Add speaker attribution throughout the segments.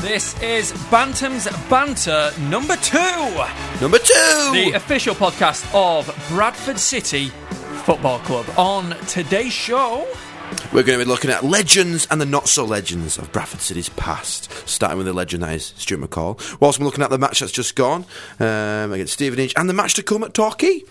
Speaker 1: This is Bantam's Banter number two,
Speaker 2: Number two.
Speaker 1: the official podcast of Bradford City Football Club. On today's show, uh,
Speaker 2: We're going to be looking at legends and the not so legends of Bradford City's past, starting with the legend that is Stuart McCall. Whilst we're looking at the match that's just gone um, against Stevenage and the match to come at Torquay.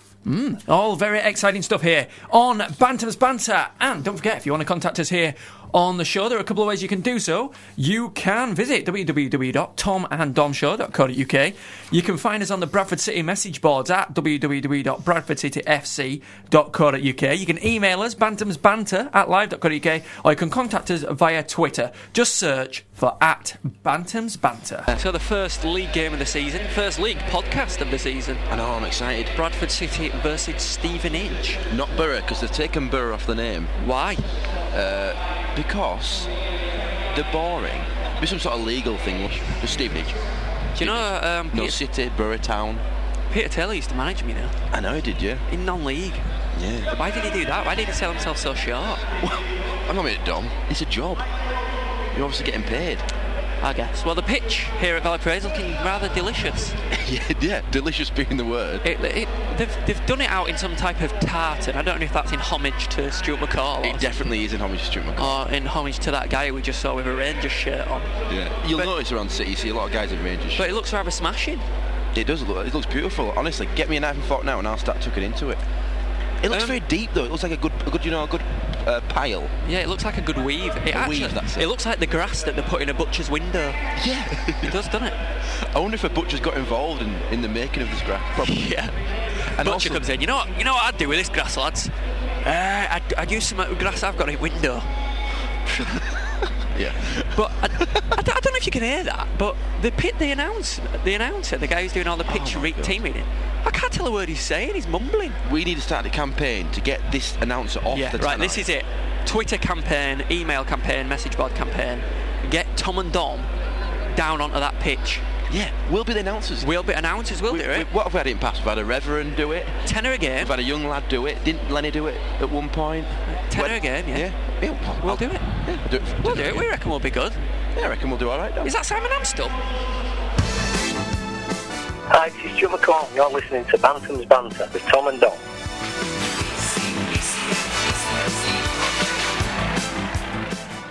Speaker 1: all very exciting stuff here on Bantam's Banter. And don't forget, if you want to contact us here on the show, there are a couple of ways you can do so. You can visit www.tomanddomshow.co.uk. You can find us on the Bradford City message boards at www.bradfordcityfc.co.uk. You can email us, bantamsbanter at live.co.uk, or you can contact us via Twitter. Just search for at bantamsbanter.
Speaker 3: So the first league game of the season, first league podcast of the season.
Speaker 4: I know, I'm excited.
Speaker 3: Bradford City versus Stevenage.
Speaker 4: Not Borough, because they've taken Borough off the name.
Speaker 3: Why?
Speaker 4: Because they're boring. Be some sort of legal thing, won't it? for Stevenage.
Speaker 3: Do you know um,
Speaker 4: No
Speaker 3: Peter,
Speaker 4: City, Borough Town.
Speaker 3: Peter Taylor used to manage me now
Speaker 4: I know, did you?
Speaker 3: in non-league.
Speaker 4: Yeah.
Speaker 3: Why did he do that? Why did he sell himself so short?
Speaker 4: I'm not mean it, Dom. It's a job. You're obviously getting paid.
Speaker 3: I guess. Well, the pitch here at Valley Parade is looking rather delicious.
Speaker 4: yeah, yeah, delicious being the word.
Speaker 3: It, it, they've, they've done it out in some type of tartan. I don't know if that's in homage to Stuart McCall or,
Speaker 4: It definitely is in homage to Stuart McCall.
Speaker 3: or in homage to that guy we just saw with a Rangers shirt on.
Speaker 4: Oh, Yeah. You'll
Speaker 3: But-
Speaker 4: notice around City, you see a lot of guys in Rangers.
Speaker 3: But it looks rather smashing.
Speaker 4: it does look, it looks beautiful. Honestly, get me a knife and fork now and I'll start tucking into it. It looks
Speaker 3: Um,
Speaker 4: very deep though. It looks like a good, a good you know, a good uh, pile.
Speaker 3: Yeah, it looks like a good weave. It
Speaker 4: A
Speaker 3: actually,
Speaker 4: weave, that's it.
Speaker 3: looks like the grass that they put in a butcher's window.
Speaker 4: Yeah.
Speaker 3: It does, doesn't it?
Speaker 4: I wonder if a butcher's got involved in, in the making of this grass. Probably.
Speaker 3: Yeah.
Speaker 4: And
Speaker 3: Butcher
Speaker 4: also-
Speaker 3: comes in. You know what? You know what I'd do with this grass, lads? Uh, I'd, I'd use some of the grass I've got in window.
Speaker 4: Yeah.
Speaker 3: But I, I don't- I don't know if you can hear that. But the pit, the announce, the announcer, the guy who's doing all the pitch
Speaker 4: Oh my
Speaker 3: re-
Speaker 4: God.
Speaker 3: team reading. I can't tell a word he's saying. He's mumbling.
Speaker 4: We need to start a campaign to get this announcer off
Speaker 3: Yeah.
Speaker 4: the
Speaker 3: Right. This is it. Twitter campaign, email campaign, message board campaign. Get Tom and Dom down onto that pitch.
Speaker 4: Yeah, we'll be the announcers.
Speaker 3: We'll be announcers. We'll
Speaker 4: We-
Speaker 3: do
Speaker 4: we-
Speaker 3: it.
Speaker 4: what have we had in the past? We've had a reverend do it.
Speaker 3: Tenner a game.
Speaker 4: We've had a young lad do it. Didn't Lenny do it at one point?
Speaker 3: Tenner
Speaker 4: When-
Speaker 3: a game, yeah.
Speaker 4: Yeah. yeah, well,
Speaker 3: We'll
Speaker 4: I'll-
Speaker 3: do it.
Speaker 4: Yeah, I'll do it. for-
Speaker 3: We'll do it. We
Speaker 4: yeah.
Speaker 3: reckon we'll be good.
Speaker 4: Yeah, I reckon we'll do all right. Dom.
Speaker 3: Is that Simon Amstel?
Speaker 5: Hi, this is Jim McCall. You're listening to Bantam's Banter with Tom and Don.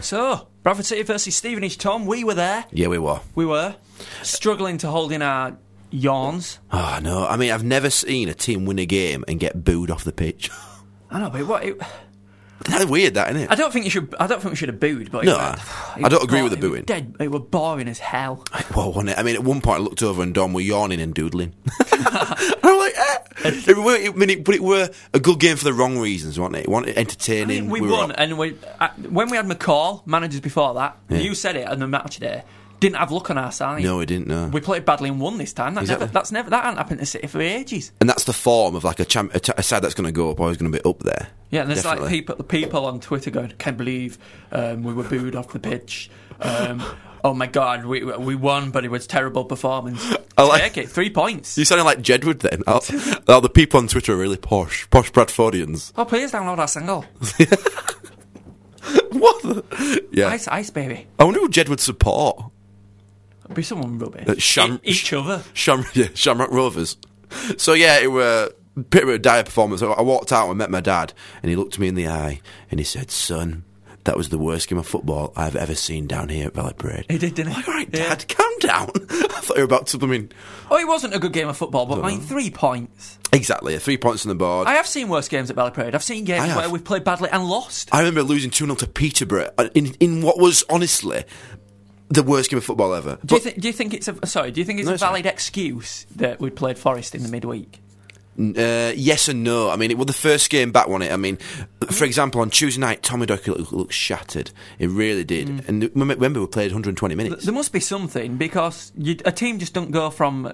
Speaker 1: So, Bradford City versus Stevenage, Tom, we were there.
Speaker 2: Yeah, we were.
Speaker 1: We were struggling to hold in our yawns.
Speaker 2: Oh, no. I mean, I've never seen a team win a game and get booed off the pitch.
Speaker 1: I know, but what? It,
Speaker 2: That's weird, that, isn't
Speaker 1: I
Speaker 2: it?
Speaker 1: don't think you should. I don't think we should have booed. But
Speaker 2: No,
Speaker 1: it,
Speaker 2: I-
Speaker 1: it
Speaker 2: I
Speaker 1: was
Speaker 2: don't agree with
Speaker 1: boring.
Speaker 2: the
Speaker 1: It was
Speaker 2: booing.
Speaker 1: Dead, it were boring as hell.
Speaker 2: Well, wasn't it? I mean, at one point I looked over and Don were yawning and doodling. I'm like, eh. It were, I mean, it- but it were a good game for the wrong reasons, wasn't it? It wasn't
Speaker 1: I
Speaker 2: entertaining.
Speaker 1: mean, we,
Speaker 2: were
Speaker 1: won,
Speaker 2: up.
Speaker 1: and we, uh, when we had McCall, managers before that, you said it on the match day. Didn't have luck on our side.
Speaker 2: No, we didn't, no.
Speaker 1: We played badly and won this time. That
Speaker 2: Exactly.
Speaker 1: never, that's never. That hadn't happened to City for ages.
Speaker 2: And that's the form of like a, champ, a, t- a side that's going to go up, always going to be up there.
Speaker 1: Yeah, and there's like
Speaker 2: Definitely.
Speaker 1: people people on Twitter going, "Can't believe um, we were booed off the pitch." Um, oh my god, we we won, but it was terrible performance.
Speaker 2: I like-
Speaker 1: Take it, three points.
Speaker 2: You sounded like Jedward then. Oh, oh, the people on Twitter are really posh, posh Bradfordians.
Speaker 1: Oh, please download our single,
Speaker 2: What? The? Yeah. I,
Speaker 1: Ice Ice Baby.
Speaker 2: wonder who Jedward support.
Speaker 1: It'd be someone rubbish.
Speaker 2: Uh, Sham-
Speaker 1: E- each other.
Speaker 2: Sham- yeah, Shamrock Rovers. So yeah, it were a bit of a dire performance. I I walked out and met my dad, and he looked me in the eye and he said, "Son, that was the worst game of football I've ever seen down here at Valley Parade."
Speaker 1: He did, didn't he?
Speaker 2: Like, all right,
Speaker 1: Yeah.
Speaker 2: Dad, calm down. I thought you were about to. I mean,
Speaker 1: Oh, it wasn't a good game of football, but I mean, three points.
Speaker 2: exactly. Three points on the board.
Speaker 1: I have seen worse games at Valley Parade. I've seen
Speaker 2: I
Speaker 1: games
Speaker 2: have.
Speaker 1: where we've played badly and lost.
Speaker 2: I remember losing 2 0 to Peterborough uh, in, in what was honestly the worst game of football ever.
Speaker 1: do, you
Speaker 2: But
Speaker 1: thi- do you think it's a sorry? Do you think it's
Speaker 2: No,
Speaker 1: a
Speaker 2: it's all
Speaker 1: valid excuse that we played Forest in the midweek?
Speaker 2: Uh, yes and no. I mean, it was the first game back, wasn't it? I mean, for example, on Tuesday night, Tommy Docky looked, looked shattered. It really did.
Speaker 1: Mm.
Speaker 2: And th- remember, remember, we played 120 minutes.
Speaker 1: There must be something because you, a team just don't go from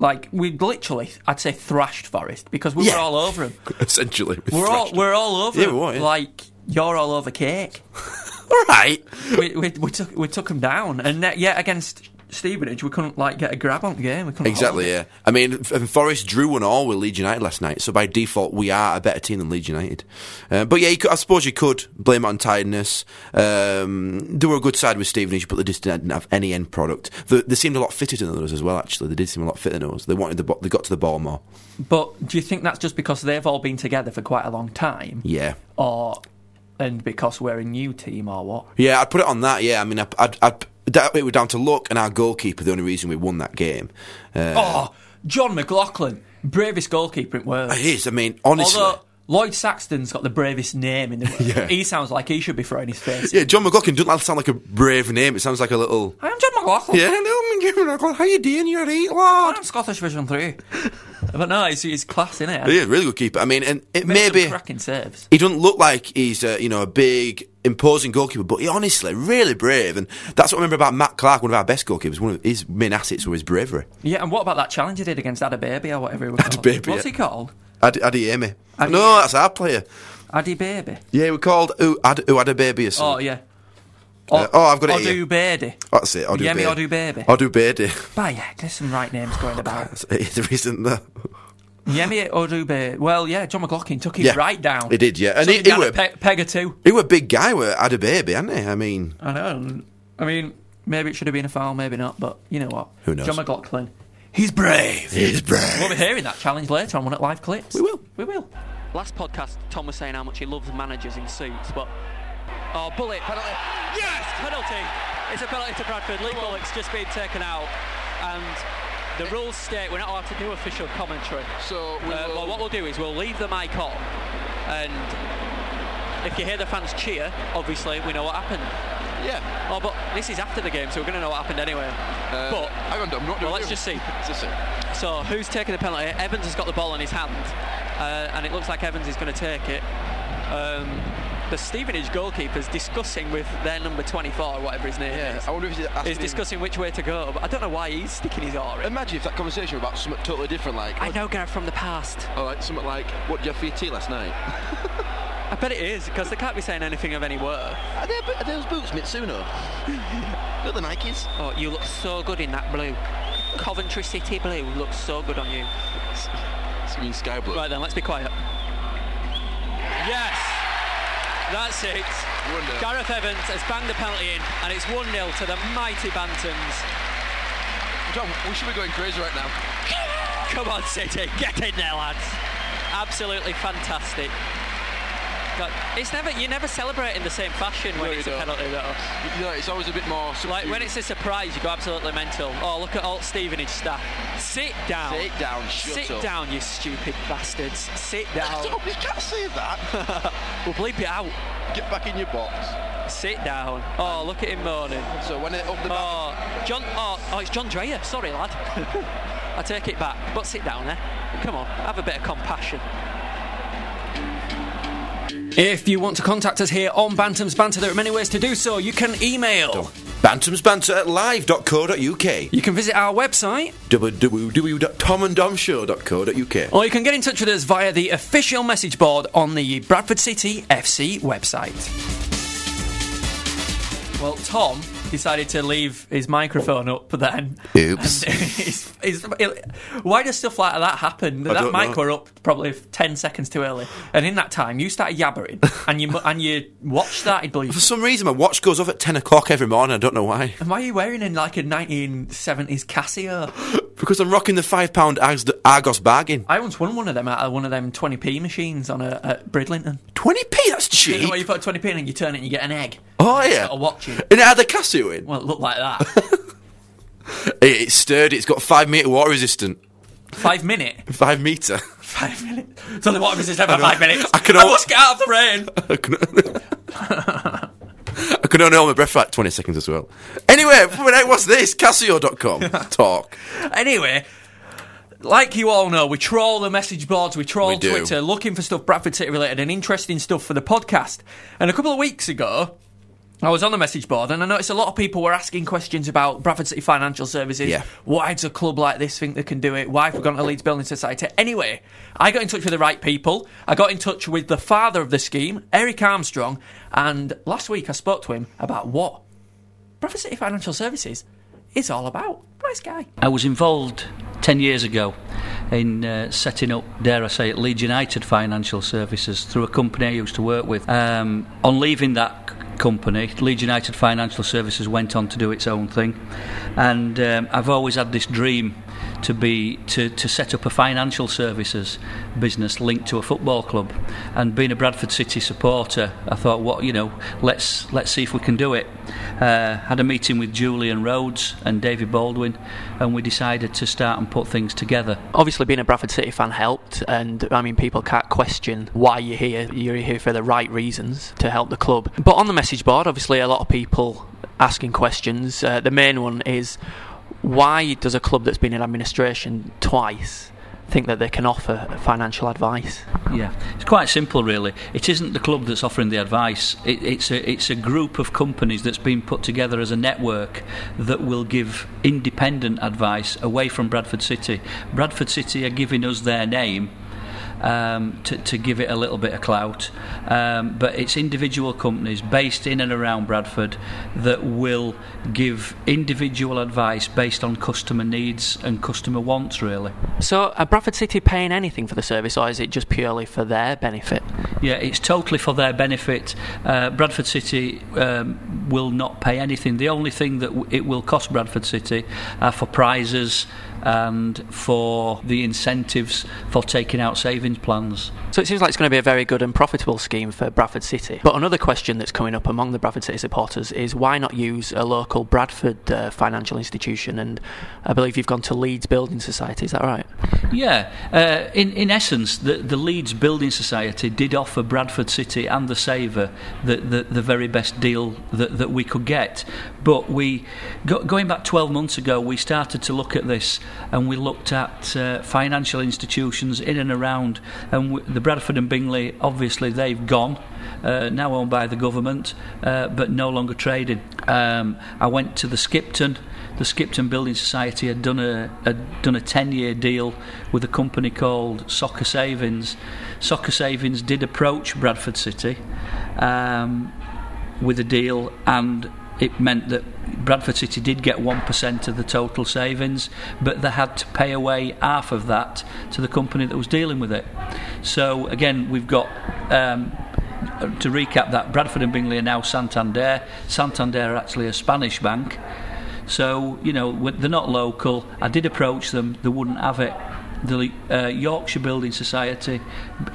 Speaker 1: like we literally, I'd say, thrashed Forest because we
Speaker 2: Yeah.
Speaker 1: were all over them.
Speaker 2: Essentially, we
Speaker 1: We're all
Speaker 2: thrashed
Speaker 1: we're all over.
Speaker 2: Yeah,
Speaker 1: 'em.
Speaker 2: we were, yeah.
Speaker 1: Like you're all over cake.
Speaker 2: them. all right.
Speaker 1: we, we, we took we took them down, and that- yeah, against Stevenage, we couldn't like get a grab on the game. We couldn't
Speaker 2: Exactly,
Speaker 1: hold
Speaker 2: yeah. I mean, F- and Forest drew one all with Leeds United last night, so by default, we are a better team than Leeds United. Uh, but yeah, you could, I suppose you could blame it on tiredness. Um, they were a good side with Stevenage, but they just didn't have any end product. They, they seemed a lot fitter than us as well. Actually, they did seem a lot fitter than us. They wanted the bo- they got to the ball more.
Speaker 1: it. But do you think that's just because they've all been together for quite a long time,
Speaker 2: Yeah,
Speaker 1: or and because we're a new team, or what?
Speaker 2: Yeah, I'd put it on that. Yeah, I mean, I'd, I'd, I'd, that, it was down to luck and our goalkeeper. The only reason we won that game. Uh,
Speaker 1: Oh, John McLaughlin, bravest goalkeeper in world.
Speaker 2: It is. I mean, honestly.
Speaker 1: Although Lloyd Saxton's got the bravest name in the world.
Speaker 2: Yeah.
Speaker 1: He sounds like he should be throwing his face.
Speaker 2: yeah, John McLaughlin doesn't sound like a brave name. It sounds like a little.
Speaker 1: I am John McLaughlin.
Speaker 2: Yeah, hello, I'm John McLaughlin. How you doing? You're right, lad.
Speaker 1: I'm Scottish Vision 3. but no, he's, he's class, innit?
Speaker 2: He is a really good keeper. I mean, and it
Speaker 1: Makes some
Speaker 2: maybe
Speaker 1: cracking serves.
Speaker 2: he doesn't look like he's a, you know a big imposing goalkeeper, but he honestly really brave, and that's what I remember about Matt Clark, one of our best goalkeepers. One of his main assets was his bravery.
Speaker 1: Yeah, and what about that challenge he did against Adababy or whatever he was called?
Speaker 2: Adababy,
Speaker 1: What's
Speaker 2: yeah.
Speaker 1: he called?
Speaker 2: Adi, Adi Amy.
Speaker 1: Adi-
Speaker 2: no, that's our player.
Speaker 1: Adibaby.
Speaker 2: Yeah, we're called who had, who had a baby or something.
Speaker 1: Oh, yeah. Or,
Speaker 2: Uh, oh, I've got it here.
Speaker 1: Odubady.
Speaker 2: That's it. I'll do
Speaker 1: Yemi
Speaker 2: baby.
Speaker 1: Odubaby.
Speaker 2: I'll do baby.
Speaker 1: By yeah, there's some right names going about.
Speaker 2: There isn't there.
Speaker 1: Yemi Odubaby. Well, yeah, John McLaughlin took it
Speaker 2: Yeah,
Speaker 1: right down.
Speaker 2: he did, yeah. And
Speaker 1: Took
Speaker 2: he-
Speaker 1: it
Speaker 2: he
Speaker 1: down
Speaker 2: were-
Speaker 1: a pe- peg or two.
Speaker 2: He were a big guy. Were had a baby, hadn't he? I mean,
Speaker 1: I know. I mean, maybe it should have been a foul, maybe not, but you know what?
Speaker 2: Who knows?
Speaker 1: John McLaughlin. He's brave.
Speaker 2: he's
Speaker 1: We'll
Speaker 2: brave.
Speaker 1: be hearing that challenge later on one at Live Clips.
Speaker 2: We will.
Speaker 1: We will.
Speaker 3: Last podcast, Tom was saying how much he loves managers in suits, but oh, bullet penalty! Yes, penalty! It's a penalty to Bradford. Lee Bullock's just been taken out, and the rules state we're not allowed to do official commentary.
Speaker 6: So we
Speaker 3: Uh,
Speaker 6: will-
Speaker 3: well, what we'll do is we'll leave the mic on, and if you hear the fans cheer, obviously we know what happened.
Speaker 6: yeah.
Speaker 3: Oh, but this is after the game, so we're going to know what happened anyway.
Speaker 6: Uh,
Speaker 3: but
Speaker 6: hang on, I'm not doing
Speaker 3: well, let's
Speaker 6: it.
Speaker 3: just see.
Speaker 6: Let's just see.
Speaker 3: So who's taking the penalty? Evans has got the ball in his hand, uh, and it looks like Evans is going to take it. Um, the Stevenage goalkeeper's discussing with their number 24, whatever his name
Speaker 6: Yeah, I
Speaker 3: is.
Speaker 6: wonder if he's asking.
Speaker 3: Is
Speaker 6: him-
Speaker 3: discussing which way to go, but I don't know why he's sticking his oar in.
Speaker 6: Imagine if that conversation were about something totally different, like
Speaker 3: I know Gareth from the past.
Speaker 6: or like something like what did you have for your tea last night?
Speaker 3: I bet it is because they can't be saying anything of any worth.
Speaker 6: Are, they, are those boots Mitsuno? Look the Nikes.
Speaker 3: Oh, you look so good in that blue. Coventry City blue looks so good on you.
Speaker 6: It's mean sky blue.
Speaker 3: Right then, let's be quiet. Yes, that's it.
Speaker 6: Wonder.
Speaker 3: Gareth Evans has banged the penalty in, and it's 1 0 to the mighty Bantams.
Speaker 6: John, we should be going crazy right now.
Speaker 3: Come on, City, get in there, lads. Absolutely fantastic. God, it's never you never celebrate in the same fashion when
Speaker 6: No, you
Speaker 3: it's a
Speaker 6: don't.
Speaker 3: penalty, though.
Speaker 6: You know, it's always a bit more.
Speaker 3: Like
Speaker 6: subdued.
Speaker 3: when it's a surprise, you go absolutely mental. Oh, look at all Stevenage staff. Sit down.
Speaker 6: Sit down, shut
Speaker 3: Sit
Speaker 6: up.
Speaker 3: down, you stupid bastards. Sit down.
Speaker 6: Stop, you can't say that.
Speaker 3: we'll bleep it out.
Speaker 6: Get back in your box.
Speaker 3: Sit down. Oh, look at him moaning.
Speaker 6: So when it up the back,
Speaker 3: Oh, John. Oh, oh it's John Dreyer. Sorry, lad. I take it back. But sit down there. Come on, have a bit of compassion.
Speaker 1: If you want to contact us here on Bantam's Banter, there are many ways to do so. You can email,
Speaker 2: Bantamsbanter at live.co.uk.
Speaker 1: you can visit our website,
Speaker 2: www.tomanddomshow.co.uk.
Speaker 1: or you can get in touch with us via the official message board on the Bradford City FC website. Well, Tom decided to leave his microphone up then.
Speaker 2: Oops.
Speaker 1: And he's- he's- why does stuff like that happen? that
Speaker 2: don't
Speaker 1: mic
Speaker 2: know.
Speaker 1: were up probably 10 seconds too early. And in that time, you started yabbering and, you, mu- and your watch started bleeding.
Speaker 2: For some reason, my watch goes off at 10 o'clock every morning. I don't know why.
Speaker 1: And why are you wearing in like a 1970s Casio?
Speaker 2: Because I'm rocking the £5 Argos, Argos bargain.
Speaker 1: I once won one of them out of one of them 20p machines on a at Bridlington.
Speaker 2: 20p, that's
Speaker 1: You know
Speaker 2: cheap.
Speaker 1: where you put a 20p in and you turn it and you get an egg.
Speaker 2: Oh,
Speaker 1: It's
Speaker 2: yeah.
Speaker 1: Got a watch in.
Speaker 2: And it had a Casio in.
Speaker 1: Well, it looked like that.
Speaker 2: It- It's sturdy, it's got five metre water resistant.
Speaker 1: five minute.
Speaker 2: Five metre.
Speaker 1: Five minutes. It's only what resist ever five minutes.
Speaker 2: I could
Speaker 1: I
Speaker 2: al-
Speaker 1: must get out of the rain.
Speaker 2: I couldn't- I could only hold my breath for like 20 seconds as well. Anyway, what's this? Casio.com. Talk.
Speaker 1: Anyway, like you all know, we troll the message boards, we troll
Speaker 2: We do.
Speaker 1: Twitter, looking for stuff Bradford City related and interesting stuff for the podcast. And a couple of weeks ago, I was on the message board and I noticed a lot of people were asking questions about Bradford City Financial Services.
Speaker 2: Yeah.
Speaker 1: Why does a club like this think they can do it? Why have we gone to Leeds Building Society? Anyway, I got in touch with the right people. I got in touch with the father of the scheme, Eric Armstrong, and last week I spoke to him about what Bradford City Financial Services is all about. Nice guy.
Speaker 7: I was involved 10 years ago in uh, setting up, dare I say it, Leeds United Financial Services through a company I used to work with. Um, on leaving that c- company, Leeds United Financial Services went on to do its own thing, and um, I've always had this dream to be to, to set up a financial services business linked to a football club and being a Bradford City supporter I thought what you know let's let's see if we can do it uh, had a meeting with Julian Rhodes and David Baldwin and we decided to start and put things together
Speaker 3: Obviously, being a Bradford City fan helped, and I mean, people can't question why you're here. You're here for the right reasons to help the club. But on the message board, obviously, a lot of people asking questions. Uh, the main one is why does a club that's been in administration twice think that they can offer financial advice?
Speaker 7: Yeah, it's quite simple, really. It isn't the club that's offering the advice. It, it's a it's a group of companies that's been put together as a network that will give independent advice away from Bradford City. Bradford City are giving us their name. Um, to, to give it a little bit of clout, um, but it's individual companies based in and around Bradford that will give individual advice based on customer needs and customer wants, really.
Speaker 3: So, are Bradford City paying anything for the service, or is it just purely for their benefit?
Speaker 7: Yeah, it's totally for their benefit. Uh, Bradford City um, will not pay anything. The only thing that w- it will cost Bradford City are for prizes and for the incentives for taking out savings plans.
Speaker 3: So it seems like it's going to be a very good and profitable scheme for Bradford City. But another question that's coming up among the Bradford City supporters is why not use a local Bradford uh, financial institution? And I believe you've gone to Leeds Building Society, is that right?
Speaker 7: Yeah, uh, in, in essence, the, the Leeds Building Society did offer Bradford City and the Saver the, the, the very best deal that, that we could get. But we, go, going back 12 months ago, we started to look at this and we looked at uh, financial institutions in and around. And w- the Bradford and Bingley, obviously, they've gone, uh, now owned by the government, uh, but no longer traded. Um, I went to the Skipton. The Skipton Building Society had done a had done a ten year deal with a company called Soccer Savings. Soccer Savings did approach Bradford City um, with a deal, and it meant that Bradford City did get 1% of the total savings, but they had to pay away half of that to the company that was dealing with it. So, again, we've got. Um, to recap that, Bradford and Bingley are now Santander. Santander are actually a Spanish bank. So, you know, w- they're not local. I did approach them, they wouldn't have it. The uh, Yorkshire Building Society,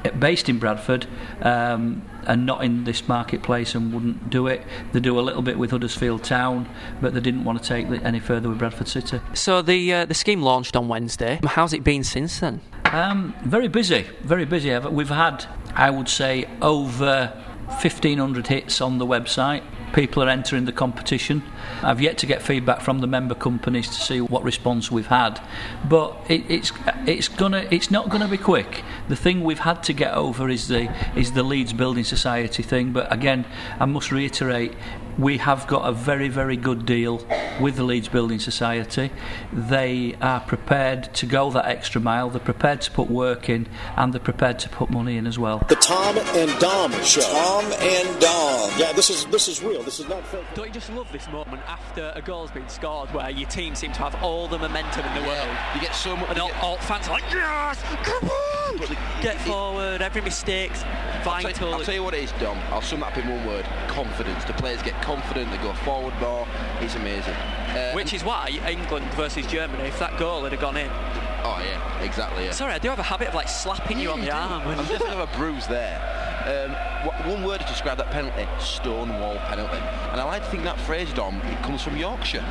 Speaker 7: b- based in Bradford, um, and not in this marketplace and wouldn't do it. They do a little bit with Huddersfield Town, but they didn't want to take it any further with Bradford City.
Speaker 3: So the uh, the scheme launched on Wednesday. How's it been since then?
Speaker 7: Um, very busy, very busy. We've had, I would say, over 1,500 hits on the website. People are entering the competition. I've yet to get feedback from the member companies to see what response we've had, but it, it's it's gonna it's not gonna be quick. The thing we've had to get over is the is the Leeds Building Society thing. But again, I must reiterate, we have got a very, very good deal with the Leeds Building Society. They are prepared to go that extra mile, they're prepared to put work in, and they're prepared to put money in as well.
Speaker 8: The Tom and Dom Show. Tom and Dom. Yeah, this is this is real. This is not fake.
Speaker 3: Don't you just love this moment after a goal's been scored where your team seem to have all the momentum in the world?
Speaker 4: You get so much.
Speaker 3: And all, all fans are like, yes, come on! Get forward, every mistake's
Speaker 4: I'll tell,
Speaker 3: vital.
Speaker 4: I'll tell you what it is, Dom. I'll sum it up in one word: confidence. The players get confident. They go forward more. It's amazing. Uh,
Speaker 3: Which is why England versus Germany, if that goal had have gone in.
Speaker 4: oh yeah, exactly. Yeah.
Speaker 3: Sorry, I do have a habit of like slapping you on the arm.
Speaker 4: I'm just gonna have a bruise there. Um, wha- one word to describe that penalty: Stonewall penalty. And I like to think that phrase, Dom, it comes from Yorkshire.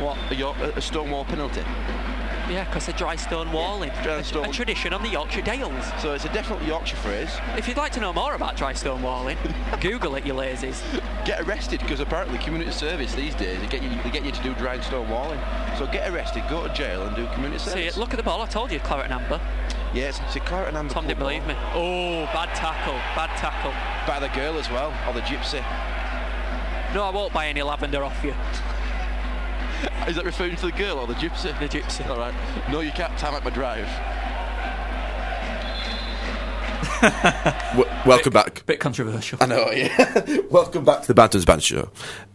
Speaker 3: What?
Speaker 4: A, York, a Stonewall penalty.
Speaker 3: Yeah, because they're dry stone walling.
Speaker 4: dry
Speaker 3: A-
Speaker 4: stone.
Speaker 3: A tradition on the Yorkshire Dales.
Speaker 4: So it's a definite Yorkshire phrase.
Speaker 3: If you'd like to know more about dry stone walling, Google it, you lazies.
Speaker 4: Get arrested because apparently community service these days they get you they get you to do dry stone walling. So get arrested, go to jail, and do community
Speaker 3: See,
Speaker 4: service.
Speaker 3: look at the ball. I told you, claret and amber.
Speaker 4: Yes, it's a claret and amber
Speaker 3: Tom didn't
Speaker 4: colour ball.
Speaker 3: believe me. Oh, bad tackle, bad tackle.
Speaker 4: By the girl as well, or the gypsy.
Speaker 3: No, I won't buy any lavender off you,
Speaker 4: Is that referring to the girl or the gypsy?
Speaker 3: the gypsy.
Speaker 4: All right. No, you can't time out my drive.
Speaker 2: W- welcome back.
Speaker 1: Bit controversial.
Speaker 2: I know, yeah. welcome back to the Bantam's Banter Show.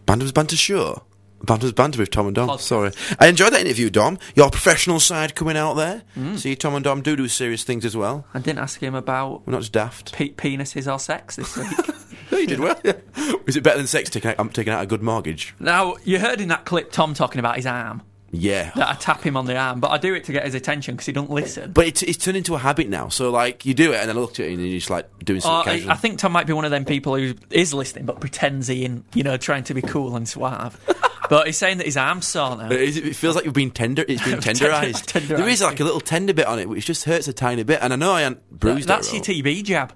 Speaker 2: Bantam's Banter Show. Banter's banter with Tom and Dom. Sorry, I enjoyed that interview, Dom. Your professional side coming out there. See, Tom and Dom do do serious things as well.
Speaker 1: I didn't ask him about
Speaker 2: We're not just daft.
Speaker 1: pe- penises or sex this week.
Speaker 2: No, you did well. Is it better than sex? Taking out, I'm taking out a good mortgage.
Speaker 1: now, you heard in that clip Tom talking about his arm,
Speaker 2: Yeah,
Speaker 1: that I tap him on the arm, but I do it to get his attention because he don't listen.
Speaker 2: but it's, it's turned into a habit now. So like, you do it, and then I looked at it, and you're just like doing
Speaker 1: Or Oh,
Speaker 2: something
Speaker 1: I,
Speaker 2: casual.
Speaker 1: I think Tom might be one of them people who is listening but pretends he in, you know, trying to be cool and suave. but he's saying that his arm's sore now.
Speaker 2: It is- it feels like you've been tender. It's been
Speaker 1: Tender-
Speaker 2: tenderized.
Speaker 1: tenderized.
Speaker 2: There is like a little tender bit on it, which just hurts a tiny bit. And I know I am bruised.
Speaker 1: That's
Speaker 2: it,
Speaker 1: your
Speaker 2: Ro.
Speaker 1: TB jab.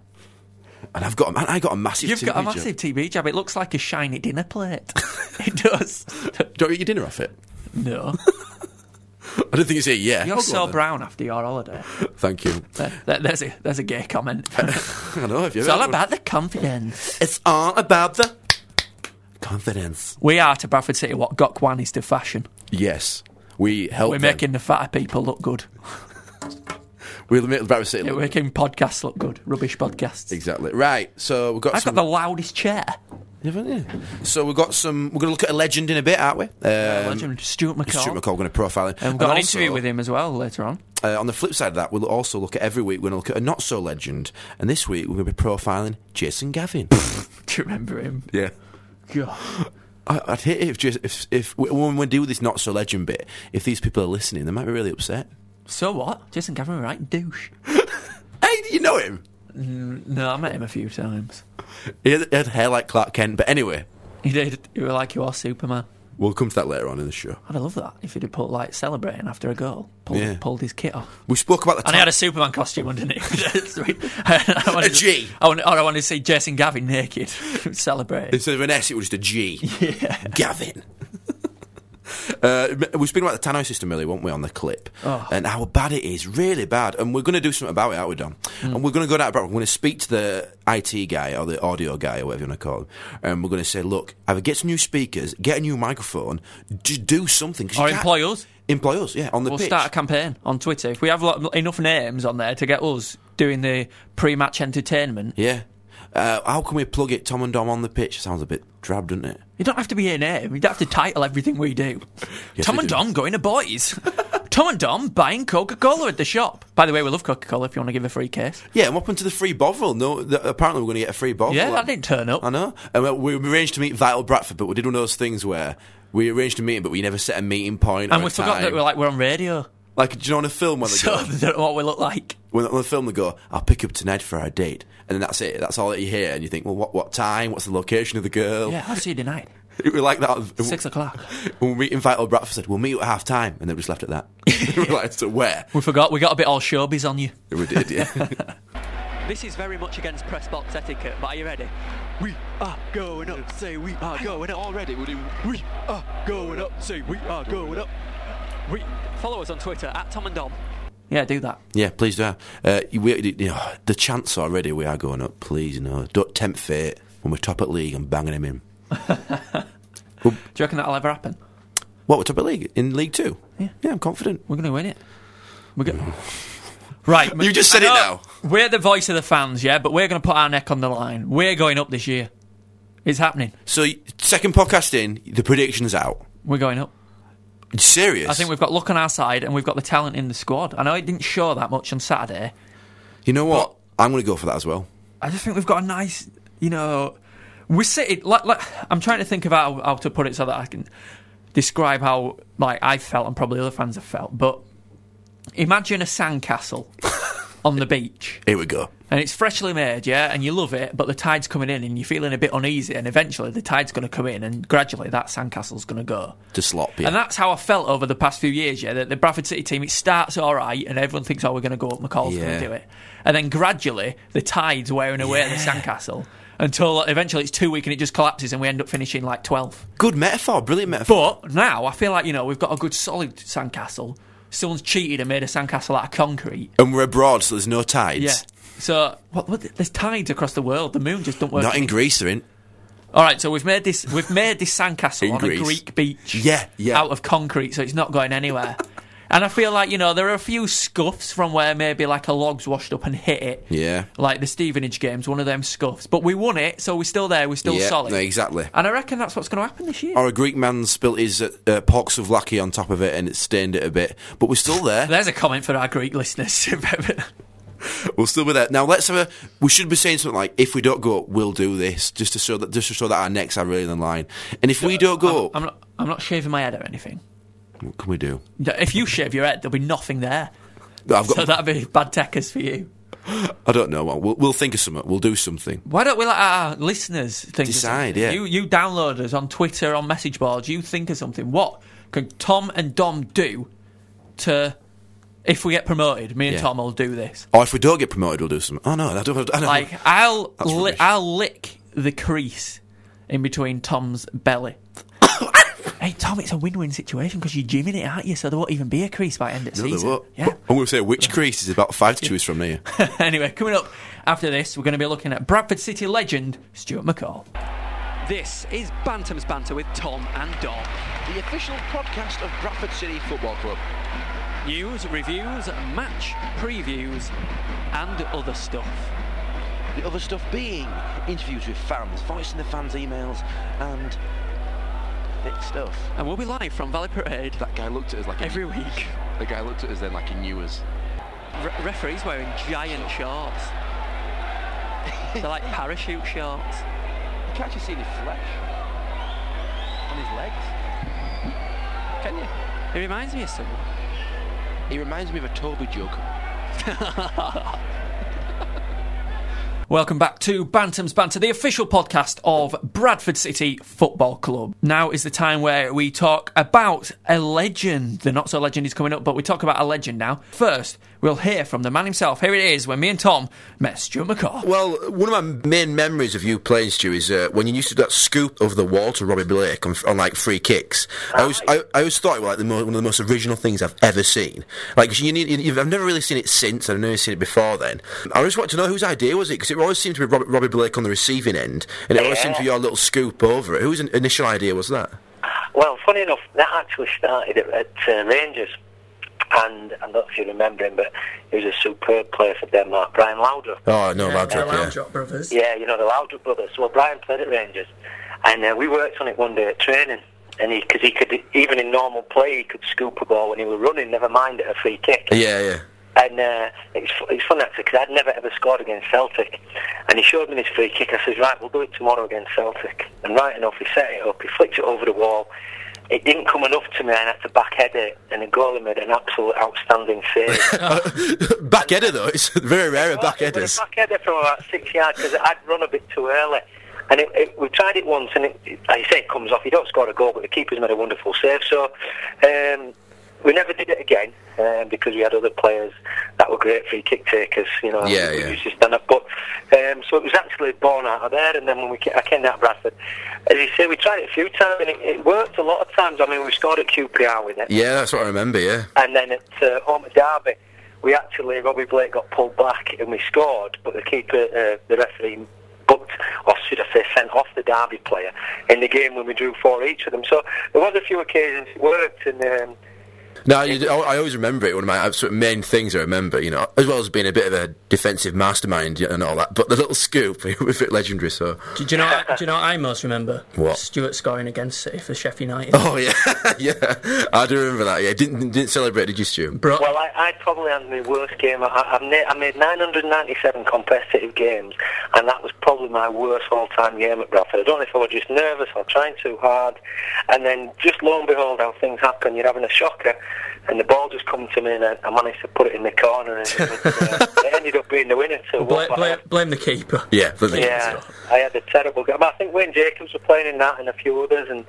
Speaker 2: And I've got a, man, I got a massive.
Speaker 1: You've
Speaker 2: TV
Speaker 1: got a
Speaker 2: job.
Speaker 1: massive TB jab. It looks like a shiny dinner plate. it does.
Speaker 2: Don't you eat your dinner off it.
Speaker 1: No.
Speaker 2: I don't think you say yeah.
Speaker 1: You're
Speaker 2: I'll go
Speaker 1: so
Speaker 2: on then.
Speaker 1: brown after your holiday.
Speaker 2: Thank you.
Speaker 1: There- there- there's, a, there's a gay comment.
Speaker 2: I know. Have you
Speaker 1: It's
Speaker 2: ever
Speaker 1: all
Speaker 2: had one?
Speaker 1: about the confidence.
Speaker 2: It's all about the confidence.
Speaker 1: We are to Bradford City what Gokwan is to fashion.
Speaker 2: Yes, we help.
Speaker 1: We're
Speaker 2: them.
Speaker 1: making the fatter people look good.
Speaker 2: We'll make the Breakfast City
Speaker 1: We're
Speaker 2: look-
Speaker 1: making podcasts look good. Rubbish podcasts.
Speaker 2: Exactly right. So Um, we've got.
Speaker 1: I've
Speaker 2: some,
Speaker 1: got the loudest chair.
Speaker 2: haven't you? So we've got some. We're going to look at a legend in a bit, aren't we? Um,
Speaker 1: Legend Stuart McCall.
Speaker 2: Stuart McCall. We're going to profile him.
Speaker 1: And we've got an
Speaker 2: also,
Speaker 1: interview with him as well later on.
Speaker 2: Uh, on the flip side of that, we'll also look at every week. We're going to look at a not so legend, and this week we're going to be profiling Jason Gavin.
Speaker 1: Do you remember him?
Speaker 2: yeah.
Speaker 1: God.
Speaker 2: I- I'd hate it if, just, if if when we do this not so legend bit, if these people are listening, they might be really upset.
Speaker 1: So what? Jason Gavin, were right? Douche.
Speaker 2: Hey, do you know him?
Speaker 1: No, I met him a few times.
Speaker 2: He had, he had hair like Clark Kent, but anyway,
Speaker 1: He did. He were like, you are Superman.
Speaker 2: we'll come to that later on in the show.
Speaker 1: I'd have loved that if he'd have put, like, celebrating after a goal. Pulled,
Speaker 2: Yeah.
Speaker 1: pulled his kit off.
Speaker 2: We spoke about the
Speaker 1: And he
Speaker 2: time-
Speaker 1: had a Superman costume underneath. Sweet. I wanted
Speaker 2: A G.
Speaker 1: To, I wanted, or I wanted to see Jason Gavin naked celebrating.
Speaker 2: Instead of an S, it was just a G. Gavin. Uh, we were speaking about the Tannoy system earlier, weren't we, on the clip?
Speaker 1: Oh.
Speaker 2: And how bad it is, really bad. And we're going to do something about it, aren't we, Dom?
Speaker 1: Hmm.
Speaker 2: And we're going to go down, we're going to speak to the IT guy or the audio guy or whatever you want to call him. And we're going to say, look, either get some new speakers, get a new microphone, d- do something. 'cause you
Speaker 1: Or
Speaker 2: can't-
Speaker 1: employ us.
Speaker 2: Employ us, yeah, on the
Speaker 1: We'll
Speaker 2: pitch.
Speaker 1: start a campaign on Twitter. If we have lo- enough names on there to get us doing the pre match entertainment,
Speaker 2: yeah. Uh, how can we plug it, Tom and Dom, on the pitch? Sounds a bit drab, doesn't it?
Speaker 1: you don't have to be a name. You don't have to title everything we do.
Speaker 2: Yes,
Speaker 1: Tom
Speaker 2: we
Speaker 1: and
Speaker 2: do.
Speaker 1: Dom going to boys. Tom and Dom buying Coca Cola at the shop. By the way, we love Coca Cola if you want to give a free case.
Speaker 2: Yeah, and what happened to the free Bovril? No, th- apparently we're going to get a free Bovril.
Speaker 1: Yeah, that didn't turn up.
Speaker 2: I know. And we we arranged to meet Vital Bradford, but we did one of those things where we arranged a meeting, but we never set a meeting point.
Speaker 1: And
Speaker 2: or
Speaker 1: we
Speaker 2: a
Speaker 1: forgot that
Speaker 2: time.
Speaker 1: we're like we're on radio.
Speaker 2: like, do you know on a film when they
Speaker 1: So
Speaker 2: go,
Speaker 1: they don't know what we look like.
Speaker 2: when on a film they go, "I'll pick you up tonight for our date," and then that's it. That's all that you hear, and you think, well, what, what time? What's the location of the girl?
Speaker 1: Yeah, I'll see you tonight.
Speaker 2: It was like that.
Speaker 1: Six o'clock.
Speaker 2: When we meet Vital Bradford, said, "We'll meet you at half time," and they just left it at that. we were like, "So where?"
Speaker 1: We forgot. We got a bit all showbiz on you.
Speaker 2: We did. Yeah.
Speaker 3: This is very much against press box etiquette, but are you ready? We are going up, say we are going up. Already, we We are going up, say we are going up. We follow us on Twitter at Tom and Dom.
Speaker 1: Yeah, do that.
Speaker 2: Yeah, please do. Uh, you- we, you know, the chance already we are going up. Please, no. Don't tempt fate when we're top at league and banging him in.
Speaker 1: Do you reckon that'll ever happen?
Speaker 2: What, we're top at league? In League Two? Yeah. I'm confident.
Speaker 1: We're going to win it. We're going. right.
Speaker 2: You just said
Speaker 1: I
Speaker 2: it
Speaker 1: know
Speaker 2: now.
Speaker 1: We're the voice of the fans, yeah, but we're going to put our neck on the line. We're going up this year. It's happening.
Speaker 2: So, y- second podcast in, the prediction's out.
Speaker 1: We're going up.
Speaker 2: You Serious?
Speaker 1: I think we've got luck on our side and we've got the talent in the squad. I know it didn't show that much on Saturday.
Speaker 2: You know what? I'm going to go for that as well.
Speaker 1: I just think we've got a nice, you know, we're sitting. Like, like, I'm trying to think of how, how to put it so that I can describe how like I felt and probably other fans have felt. But imagine a sandcastle on the beach.
Speaker 2: Here we go.
Speaker 1: and it's freshly made, yeah, and you love it, but the tide's coming in and you're feeling a bit uneasy, and eventually the tide's going to come in, and gradually that sandcastle's going to go.
Speaker 2: To slop, yeah.
Speaker 1: And that's how I felt over the past few years, yeah, that the Bradford City team, it starts all right, and everyone thinks, oh, we're going to go up, McCall's going
Speaker 2: Yeah.
Speaker 1: to do it. And then gradually the tide's wearing away the sandcastle until eventually it's too weak and it just collapses, and we end up finishing like 12th.
Speaker 2: Good metaphor. Brilliant metaphor.
Speaker 1: But now I feel like, you know, we've got a good solid sandcastle. Someone's cheated and made a sandcastle out of concrete.
Speaker 2: and we're abroad, so there's no tides.
Speaker 1: Yeah. So what, what, there's tides across the world. The moon just don't work.
Speaker 2: Not in Greece, they're in.
Speaker 1: All right, so we've made this we've made this sandcastle
Speaker 2: In
Speaker 1: on
Speaker 2: Greece.
Speaker 1: a Greek beach.
Speaker 2: Yeah, yeah.
Speaker 1: Out of concrete, so it's not going anywhere. And I feel like, you know, there are a few scuffs from where maybe like a log's washed up and hit it.
Speaker 2: Yeah.
Speaker 1: Like the Stevenage game's one of them scuffs. But we won it, so we're still there, we're still
Speaker 2: yeah,
Speaker 1: solid.
Speaker 2: no, exactly.
Speaker 1: And I reckon that's what's going to happen this year.
Speaker 2: Or a Greek man spilt his uh, uh, pox of lackey on top of it and it stained it a bit, but we're still there.
Speaker 1: There's a comment for our Greek listeners.
Speaker 2: we'll still be there. Now let's have a. We should be saying something like, "If we don't go, up, we'll do this," just to show that just to show that our necks are really in line. And if we don't go, up,
Speaker 1: Uh, I'm not, I'm not shaving my head or anything.
Speaker 2: what can we do?
Speaker 1: If you shave your head, there'll be nothing there.
Speaker 2: I've got.
Speaker 1: So that'd be bad techers for you.
Speaker 2: I don't know. We'll, we'll think of something. We'll do something.
Speaker 1: Why don't we let our listeners think of
Speaker 2: Decide,
Speaker 1: something?
Speaker 2: yeah.
Speaker 1: You, you download us on Twitter, on message boards. You think of something. What can Tom and Dom do to, if we get promoted, me and
Speaker 2: Yeah.
Speaker 1: Tom will do this.
Speaker 2: Or if we don't get promoted, we'll do something. Oh no, I don't. Have, I don't
Speaker 1: Like I'll
Speaker 2: That's
Speaker 1: li-
Speaker 2: rubbish.
Speaker 1: I'll lick the crease in between Tom's belly. hey Tom, it's a win-win situation because you're gymming it, aren't you? So there won't even be a crease by end of
Speaker 2: No, they
Speaker 1: season.
Speaker 2: won't.
Speaker 1: Yeah.
Speaker 2: I'm going to say which crease is about five to choose from there.
Speaker 1: anyway, coming up after this, we're going to be looking at Bradford City legend Stuart McCall.
Speaker 3: This is Bantam's Banter with Tom and Dom.
Speaker 4: The official podcast of Bradford City Football Club.
Speaker 3: News, reviews, match previews, and other stuff.
Speaker 4: The other stuff being interviews with fans, voicing the fans' emails, and thick stuff.
Speaker 3: And we'll be live from Valley Parade
Speaker 4: That guy looked at us like
Speaker 3: every week.
Speaker 4: The guy looked at us then like he knew us.
Speaker 3: Re- referees wearing giant shorts. They're like parachute shorts.
Speaker 4: You can't actually see any flesh on his legs. Can you?
Speaker 3: It reminds me of someone.
Speaker 4: He reminds me of a Toby jug.
Speaker 1: Welcome back to Bantam's Banter, the official podcast of Bradford City Football Club. Now is the time where we talk about a legend. The not so legend is coming up, but we talk about a legend now. First, we'll hear from the man himself. Here it is when me and Tom met Stuart McCall.
Speaker 2: Well, one of my main memories of you playing, Stu, is uh, when you used to do that scoop over the wall to Robbie Blake on, on like free kicks. I always, I, I always thought it was like the mo- one of the most original things I've ever seen. Like, 'cause you, need- you, I've never really seen it since, and I've never seen it before then. I just want to know whose idea was it, because it always seemed to be Robbie, Robbie Blake on the receiving end, and it always seemed to be your little scoop over it. Whose in- initial idea was that?
Speaker 5: Well, funny enough, that actually started at, at uh, Rangers. And I'm not if you remember him, but he was a superb player for Denmark, Brian Lauder.
Speaker 2: Oh, no, loud drop, yeah.
Speaker 1: brothers.
Speaker 5: Yeah, you know, the Lauder brothers. Well, Brian played at Rangers. And uh, we worked on it one day at training. And because he, could, even in normal play, he could scoop a ball when he was running, never mind at a free kick.
Speaker 2: Yeah, yeah.
Speaker 5: And uh, it's, it's fun actually because I'd never ever scored against Celtic. And he showed me this free kick. I said, right, we'll do it tomorrow against Celtic. And right enough, he set it up. He flicked it over the wall. It didn't come enough to me. I had to backhead it. And the goalie made an absolute outstanding save.
Speaker 2: back header, though. It's very rare, a
Speaker 5: Well,
Speaker 2: back headers.
Speaker 5: It was a back header from about six yards because I'd run a bit too early. And it, it, we tried it once, and it, it- like you say, it comes off. You don't score a goal, but the keeper's made a wonderful save. So um, we never did it again um, because we had other players that were great free kick takers. You know,
Speaker 2: Yeah,
Speaker 5: we
Speaker 2: yeah.
Speaker 5: used to stand up. But um, so it was actually born out of there. And then when we ca- I came out of Bradford, as you say, we tried it a few times, and it, it worked a lot of times. I mean, we scored at QPR with it.
Speaker 2: Yeah, that's what I remember, yeah.
Speaker 5: And then at uh, home at Derby, we actually Robbie Blake got pulled back and we scored, but the keeper, uh, the referee, booked or should I say sent off the Derby player in the game when we drew four each of them. So there was a few occasions it worked, and um,
Speaker 2: No, you, I I always remember it. One of my absolute main things I remember, you know, as well as being a bit of a defensive mastermind and all that. But the little scoop it was a bit legendary. So,
Speaker 9: Do, do you know? What, do you know? What I most remember
Speaker 2: What?
Speaker 9: Stuart scoring against City for Sheffield United.
Speaker 2: oh yeah, yeah, I do remember that. Yeah, didn't didn't celebrate, did you, Stu?
Speaker 9: Bro,
Speaker 5: well, I, I probably had my worst game. I, I've na- I made 997 competitive games, and that was probably my worst all-time game at Bradford. I don't know if I was just nervous or trying too hard, and then just lo and behold, how things happen. You're having a shocker, and the ball just comes to me, and I, I managed to put it in the corner, and it, was, uh, it ended up being the winner. So
Speaker 9: bla- bla- blame the keeper.
Speaker 2: Yeah, for the-
Speaker 5: yeah, I had a terrible game. I think Wayne Jacobs was playing in that and a few others and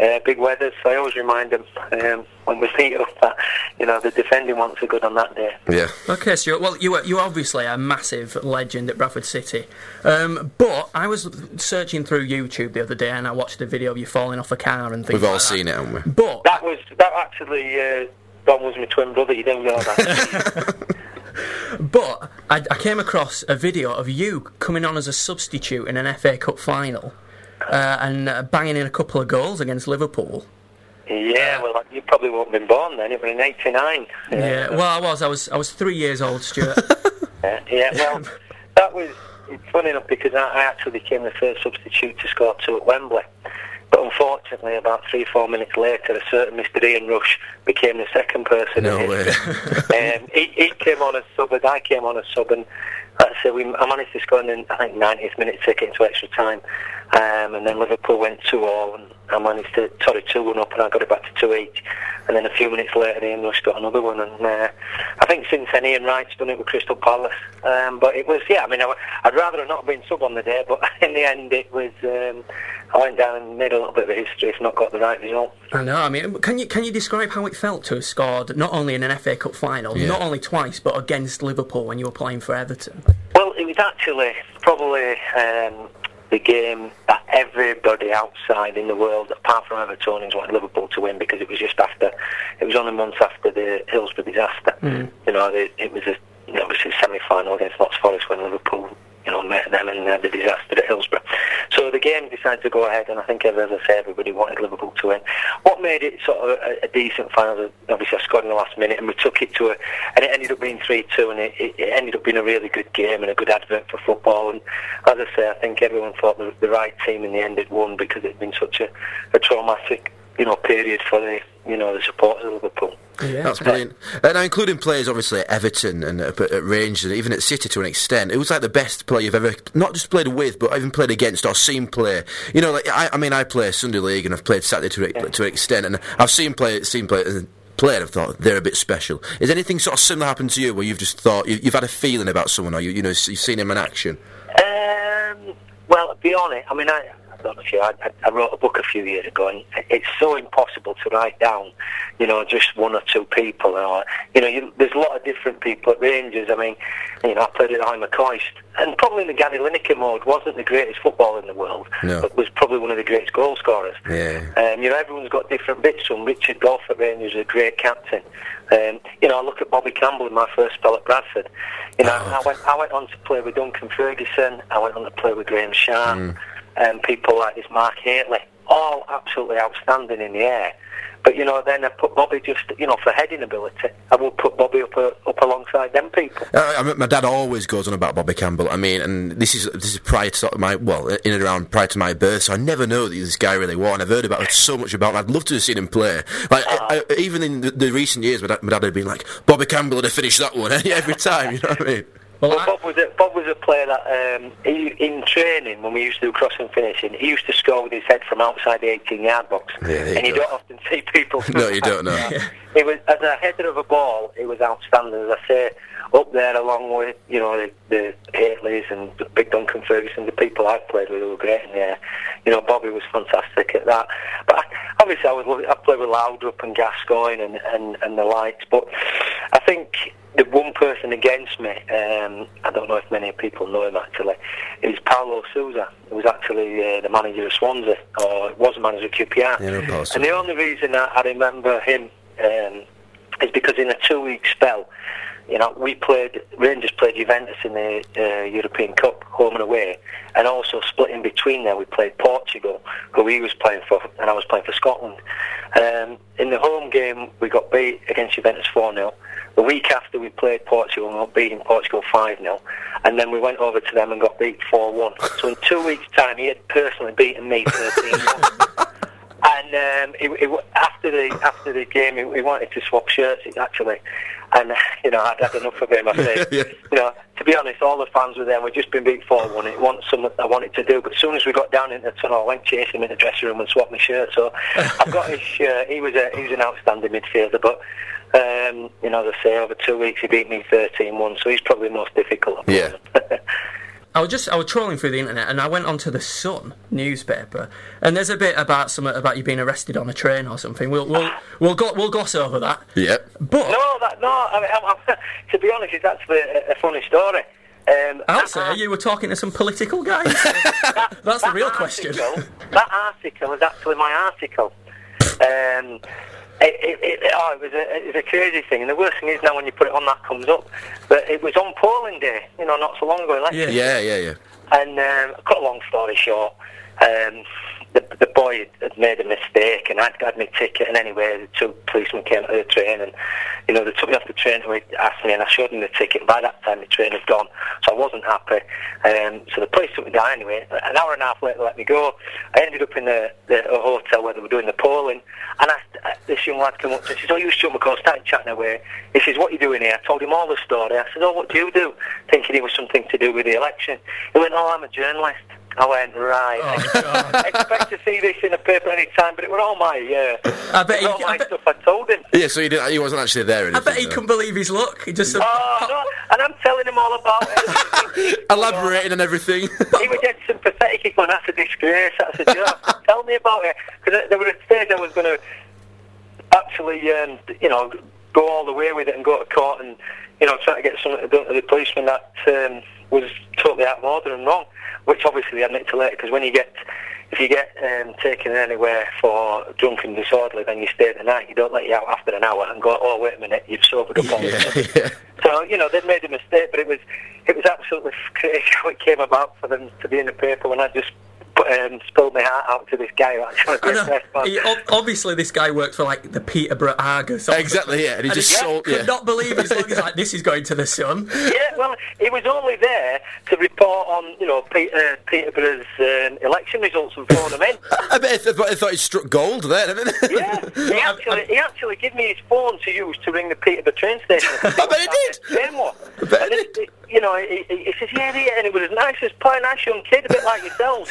Speaker 5: uh, Big Weathers, so I always remind them um, when we meet up that, you know, the defending wants are good on that day.
Speaker 2: yeah.
Speaker 9: Okay, Stuart. Well, you were you were obviously a massive legend at Bradford City, um, but I was searching through YouTube the other day and I watched a video of you falling off a car and things.
Speaker 2: We've all
Speaker 9: like that.
Speaker 2: seen it, haven't we?
Speaker 9: But
Speaker 5: That was, that actually, uh, Don was my twin brother, you didn't know that.
Speaker 9: but I, I came across a video of you coming on as a substitute in an FA Cup final uh, and uh, banging in a couple of goals against Liverpool.
Speaker 5: Yeah, well, like, you probably won't have been born then. It was in '89.
Speaker 9: Yeah. Well, I was. I was. I was three years old, Stuart.
Speaker 5: Yeah, yeah, well, that was it's funny enough because I, I actually became the first substitute to score two at Wembley. But unfortunately, about three, four minutes later, a certain Mr. Ian Rush became the second person.
Speaker 2: No
Speaker 5: in
Speaker 2: way.
Speaker 5: history. um, he, he came on as sub, and I came on as sub, and like I said, we, I managed to score in the, I think, 90th minute ticket into extra time. Um, and then Liverpool went 2-0, and I managed to, sorry, 2-1 up, and I got it back to 2-8. And then a few minutes later, Ian Rush got another one, and uh, I think since then Ian Wright's done it with Crystal Palace. Um, but it was, yeah, I mean, I, would rather have not been sub on the day, but in the end it was, um, I went down and made a little bit of history if not got the right result.
Speaker 9: I know. I mean, can you can you describe how it felt to have scored not only in an FA Cup final,
Speaker 2: Yeah.
Speaker 9: not only twice, but against Liverpool when you were playing for Everton?
Speaker 5: Well, it was actually probably um, the game that everybody outside in the world, apart from Evertonians, wanted Liverpool to win because it was just after, it was only months after the Hillsborough disaster. You know, it, it was a, you know, it was a semi-final against Notts Forest when Liverpool, you know, met them and uh, the disaster at Hillsborough. So the game decided to go ahead, and I think, as I say, everybody wanted Liverpool to win. What made it sort of a, a decent final? was Obviously, I scored in the last minute, and we took it to a, and it ended up being three-two, and it, it, it ended up being a really good game and a good advert for football. And as I say, I think everyone thought the, the right team in the end had won because it'd been such a, a traumatic, you know, period for the, you know, the supporters of Liverpool.
Speaker 9: Yeah.
Speaker 2: That's brilliant. And now, including players, obviously, at Everton and at, at Rangers and even at City to an extent, it was like the best player you've ever, not just played with, but even played against or seen play. You know, like, I, I mean, I play Sunday League and I've played Saturday to, a- to an extent, and I've seen play, seen play, and play, and I've thought they're a bit special. Has anything sort of similar happened to you where you've just thought, you, you've had a feeling about someone or you, you know, s- you've seen him in action?
Speaker 5: Um, well, to be honest, I mean, I, I don't know if you, I, I wrote a book a few years ago, and it's so impossible to write down, you know, just one or two people. Or, you know, you, there's a lot of different people at Rangers. I mean, you know, I played at Imar Coist, and probably in the Gary Lineker mode, wasn't the greatest footballer in the world,
Speaker 2: No.
Speaker 5: but was probably one of the greatest goal scorers.
Speaker 2: Yeah.
Speaker 5: Um, you know, everyone's got different bits. Some Richard Goff at Rangers is a great captain. Um, you know, I look at Bobby Campbell in my first spell at Bradford. You know, I, went, I went on to play with Duncan Ferguson. I went on to play with Graham Sharp. And people like this Mark Haley, all absolutely outstanding in the air. But, you know, then I put Bobby just, you know, for heading ability, I would put Bobby up, uh, up alongside them people.
Speaker 2: Uh, I mean, my dad always goes on about Bobby Campbell. I mean, and this is this is prior to sort of my well, in and around prior to my birth. So I never know that this guy really was. And I've heard about him so much about. him. I'd love to have seen him play. Like I, I, even in the, the recent years, my dad, my dad had been like, "Bobby Campbell would have finished that one every time." You know what I mean?
Speaker 9: Well,
Speaker 5: Well,
Speaker 9: I,
Speaker 5: Bob was a, Bob was a player that um, he, in training when we used to do crossing finishing, he used to score with his head from outside the 18-yard box,
Speaker 2: there you
Speaker 5: and you
Speaker 2: go.
Speaker 5: don't often see people.
Speaker 2: No, you don't, no.
Speaker 5: It was as a header of a ball, it was outstanding. As I say, up there along with you know the, the Hatleys and Big Duncan Ferguson, the people I played with who were great in there. You know, Bobby was fantastic at that. But I, obviously, I was looking- I played with Loudrup and Gascoigne and, and and the likes. But I think the one person against me, um, I don't know if many people know him actually, is Paolo Souza, who was actually uh, the manager of Swansea, or was the manager of QPR.
Speaker 2: Yeah, I know Paolo Sousa.
Speaker 5: and the only reason I, I remember him um, is because in a two-week spell, you know, we played, Rangers played Juventus in the uh, European Cup, home and away, and also split in between there we played Portugal, who he was playing for, and I was playing for Scotland. Um, in the home game, we got beat against Juventus 4-0. The week after we played Portugal and got beaten Portugal 5-0, and then we went over to them and got beat 4-1. So in two weeks' time, he had personally beaten me 13 and um, he, he, wa- after the after the game, he, he wanted to swap shirts actually, and you know I'd had enough of him. I said,
Speaker 2: Yeah.
Speaker 5: you know, to be honest, all the fans were there. We'd just been beat four one. It wasn't something I wanted to do, but as soon as we got down into the tunnel, I went chasing him in the dressing room and swapped my shirt. So I've got his shirt. He was a, he was an outstanding midfielder, but. Um, you know, as I say, over two weeks he beat me 13-1, so he's probably the most difficult.
Speaker 2: Yeah.
Speaker 5: opponent.
Speaker 9: I was just I was trolling through the internet and I went onto the Sun newspaper and there's a bit about some about you being arrested on a train or something. We'll we'll we'll, go, we'll gloss over that.
Speaker 2: Yep.
Speaker 9: But
Speaker 5: no, that, no. I mean, I'm, I'm, to be honest, it's actually a, a funny story. Um,
Speaker 9: I'll say you were talking to some political guys. That's the real question.
Speaker 5: article- that article is actually my article. Um, it, it, it, oh, it was a, it was a crazy thing, and the worst thing is now when you put it on, that comes up. But it was on polling day, you know, not so long ago, election
Speaker 9: Yeah.
Speaker 2: Yeah, yeah, yeah.
Speaker 5: and um, cut a long story short, um, the, the boy had made a mistake, and I'd had my ticket. And anyway, the two policemen came to the train, and you know they took me off the train. They asked me, and I showed them the ticket. By that time, the train had gone, so I wasn't happy. Um, so the police took me down anyway. An hour and a half later, they let me go. I ended up in the, the a hotel where they were doing the polling, and I, this young lad came up to me and says, "Oh, you shook my call, started chatting away." eh?" He says, "What are you doing here?" I told him all the story. I said, "Oh, what do you do?" Thinking it was something to do with the election. He went, "Oh, I'm a journalist." I went, right.
Speaker 9: Oh,
Speaker 5: I expect to see this in a paper any time, but it were all my, uh,
Speaker 9: I bet
Speaker 5: it were all
Speaker 9: he- I
Speaker 5: my
Speaker 9: bet-
Speaker 5: stuff I told him.
Speaker 2: Yeah, so he, did, he wasn't actually there. or
Speaker 9: I bet
Speaker 2: anything,
Speaker 9: he
Speaker 2: though.
Speaker 9: couldn't believe his luck. He just
Speaker 5: Oh, no, and I'm telling him all about it.
Speaker 2: Elaborating and everything.
Speaker 5: he was dead sympathetic. He's going, that's a disgrace, that's a joke. Tell me about it. Because there were a stage I was going to actually, um, you know, go all the way with it and go to court and, you know, try to get something done to the policeman that um, was totally out of order and wrong, which obviously they admit to later because when you get, if you get um, taken anywhere for drunk and disorderly, then you stay the night. You don't let you out after an hour and go, oh, wait a minute, you've sobered up on
Speaker 2: yeah, yeah.
Speaker 5: so you know they'd made a mistake, but it was it was absolutely crazy how it came about for them to be in the paper when I just um, spilled my heart out to this guy who actually
Speaker 9: I
Speaker 5: did
Speaker 9: know.
Speaker 5: this, man.
Speaker 9: He- ob- obviously, this guy worked for like the Peterborough Argus. or
Speaker 2: Exactly, yeah, and he
Speaker 9: something.
Speaker 2: just sold-
Speaker 9: could
Speaker 2: yeah.
Speaker 9: not believe his luck. He's like, "This is going to the Sun."
Speaker 5: Yeah, well, he was only there to report on you know Peter, Peterborough's um, election results and phone him in.
Speaker 2: I bet he, th- I thought he struck gold there. I, mean,
Speaker 5: Yeah, he actually he actually gave me his phone to use to ring the Peterborough train station.
Speaker 2: I bet he did.
Speaker 5: Then what?
Speaker 2: bet he
Speaker 5: And then, You know, he, he he says, yeah, yeah, and it was as nice as pie, nice young kid, a bit like yourselves.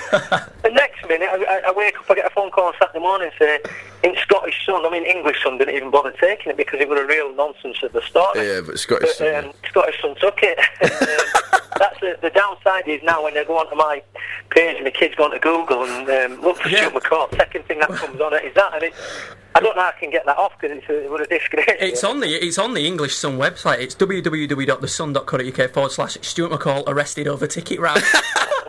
Speaker 5: the next minute, I, I- I wake up, I get a phone call on Saturday morning saying, in Scottish Sun, I mean English Sun, didn't even bother taking it because it was a real nonsense at the start.
Speaker 2: Yeah, but Scottish Sun,
Speaker 5: um, Scottish Sun took it. Um, That's the, the downside is now when they go onto my page, my kids go onto Google and um, look for
Speaker 9: Yeah.
Speaker 5: Stuart McCall. Second thing that comes on it is that, and it, I don't know how I can get that off because it's a, it was a disgrace.
Speaker 9: It's on the it's on the English Sun website. It's www.thesun.co.uk forward slash Stuart McCall arrested over ticket round.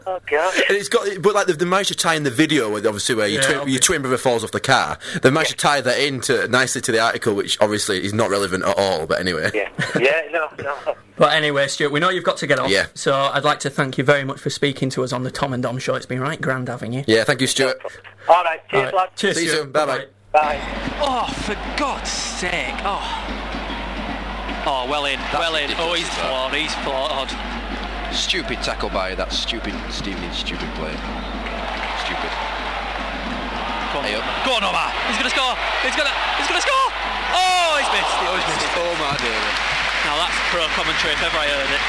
Speaker 5: Oh, God.
Speaker 2: And it's got, but like they've, they managed to tie in the video, with, obviously, where your,
Speaker 9: Yeah,
Speaker 2: twin,
Speaker 9: okay.
Speaker 2: your twin brother falls off the car. They've managed to tie that in to, nicely to the article, which obviously is not relevant at all. But anyway,
Speaker 5: Yeah, yeah, no, no.
Speaker 9: but anyway, Stuart, we know you've got to get off.
Speaker 2: Yeah.
Speaker 9: So I'd like to thank you very much for speaking to us on the Tom and Dom show. It's been right grand having you.
Speaker 2: Yeah, thank you, Stuart.
Speaker 5: All right,
Speaker 9: All
Speaker 5: cheers,
Speaker 9: right.
Speaker 5: lad.
Speaker 9: Cheers.
Speaker 2: See you
Speaker 9: Stuart.
Speaker 2: soon. Bye-bye.
Speaker 5: Bye.
Speaker 3: Oh, for God's sake! Oh, oh, well in, well in. Oh,
Speaker 4: ridiculous,
Speaker 3: he's
Speaker 4: that.
Speaker 3: flawed. He's flawed.
Speaker 4: Stupid tackle by that stupid Stevenage, stupid play. Stupid.
Speaker 3: Go on,
Speaker 4: Hey, up.
Speaker 3: go on, Omar. He's gonna score. He's gonna, he's gonna score. Oh, he's missed.
Speaker 4: Oh, he's missed. Oh my dear.
Speaker 3: Now that's pro commentary if ever I heard it.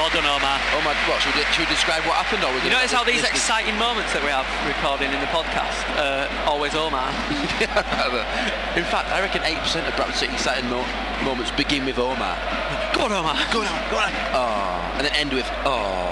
Speaker 3: Well done, Omar.
Speaker 4: Oh my. What should we, should we describe what happened? Or we
Speaker 3: You
Speaker 4: gonna-
Speaker 3: notice how these
Speaker 4: this- this-
Speaker 3: exciting moments that we have recording in the podcast, uh, always Omar.
Speaker 4: In fact, I reckon eight percent of Bradford City exciting mo- moments begin with Omar.
Speaker 3: Go on, Omar.
Speaker 4: Go on, go on. Oh, and then end with oh.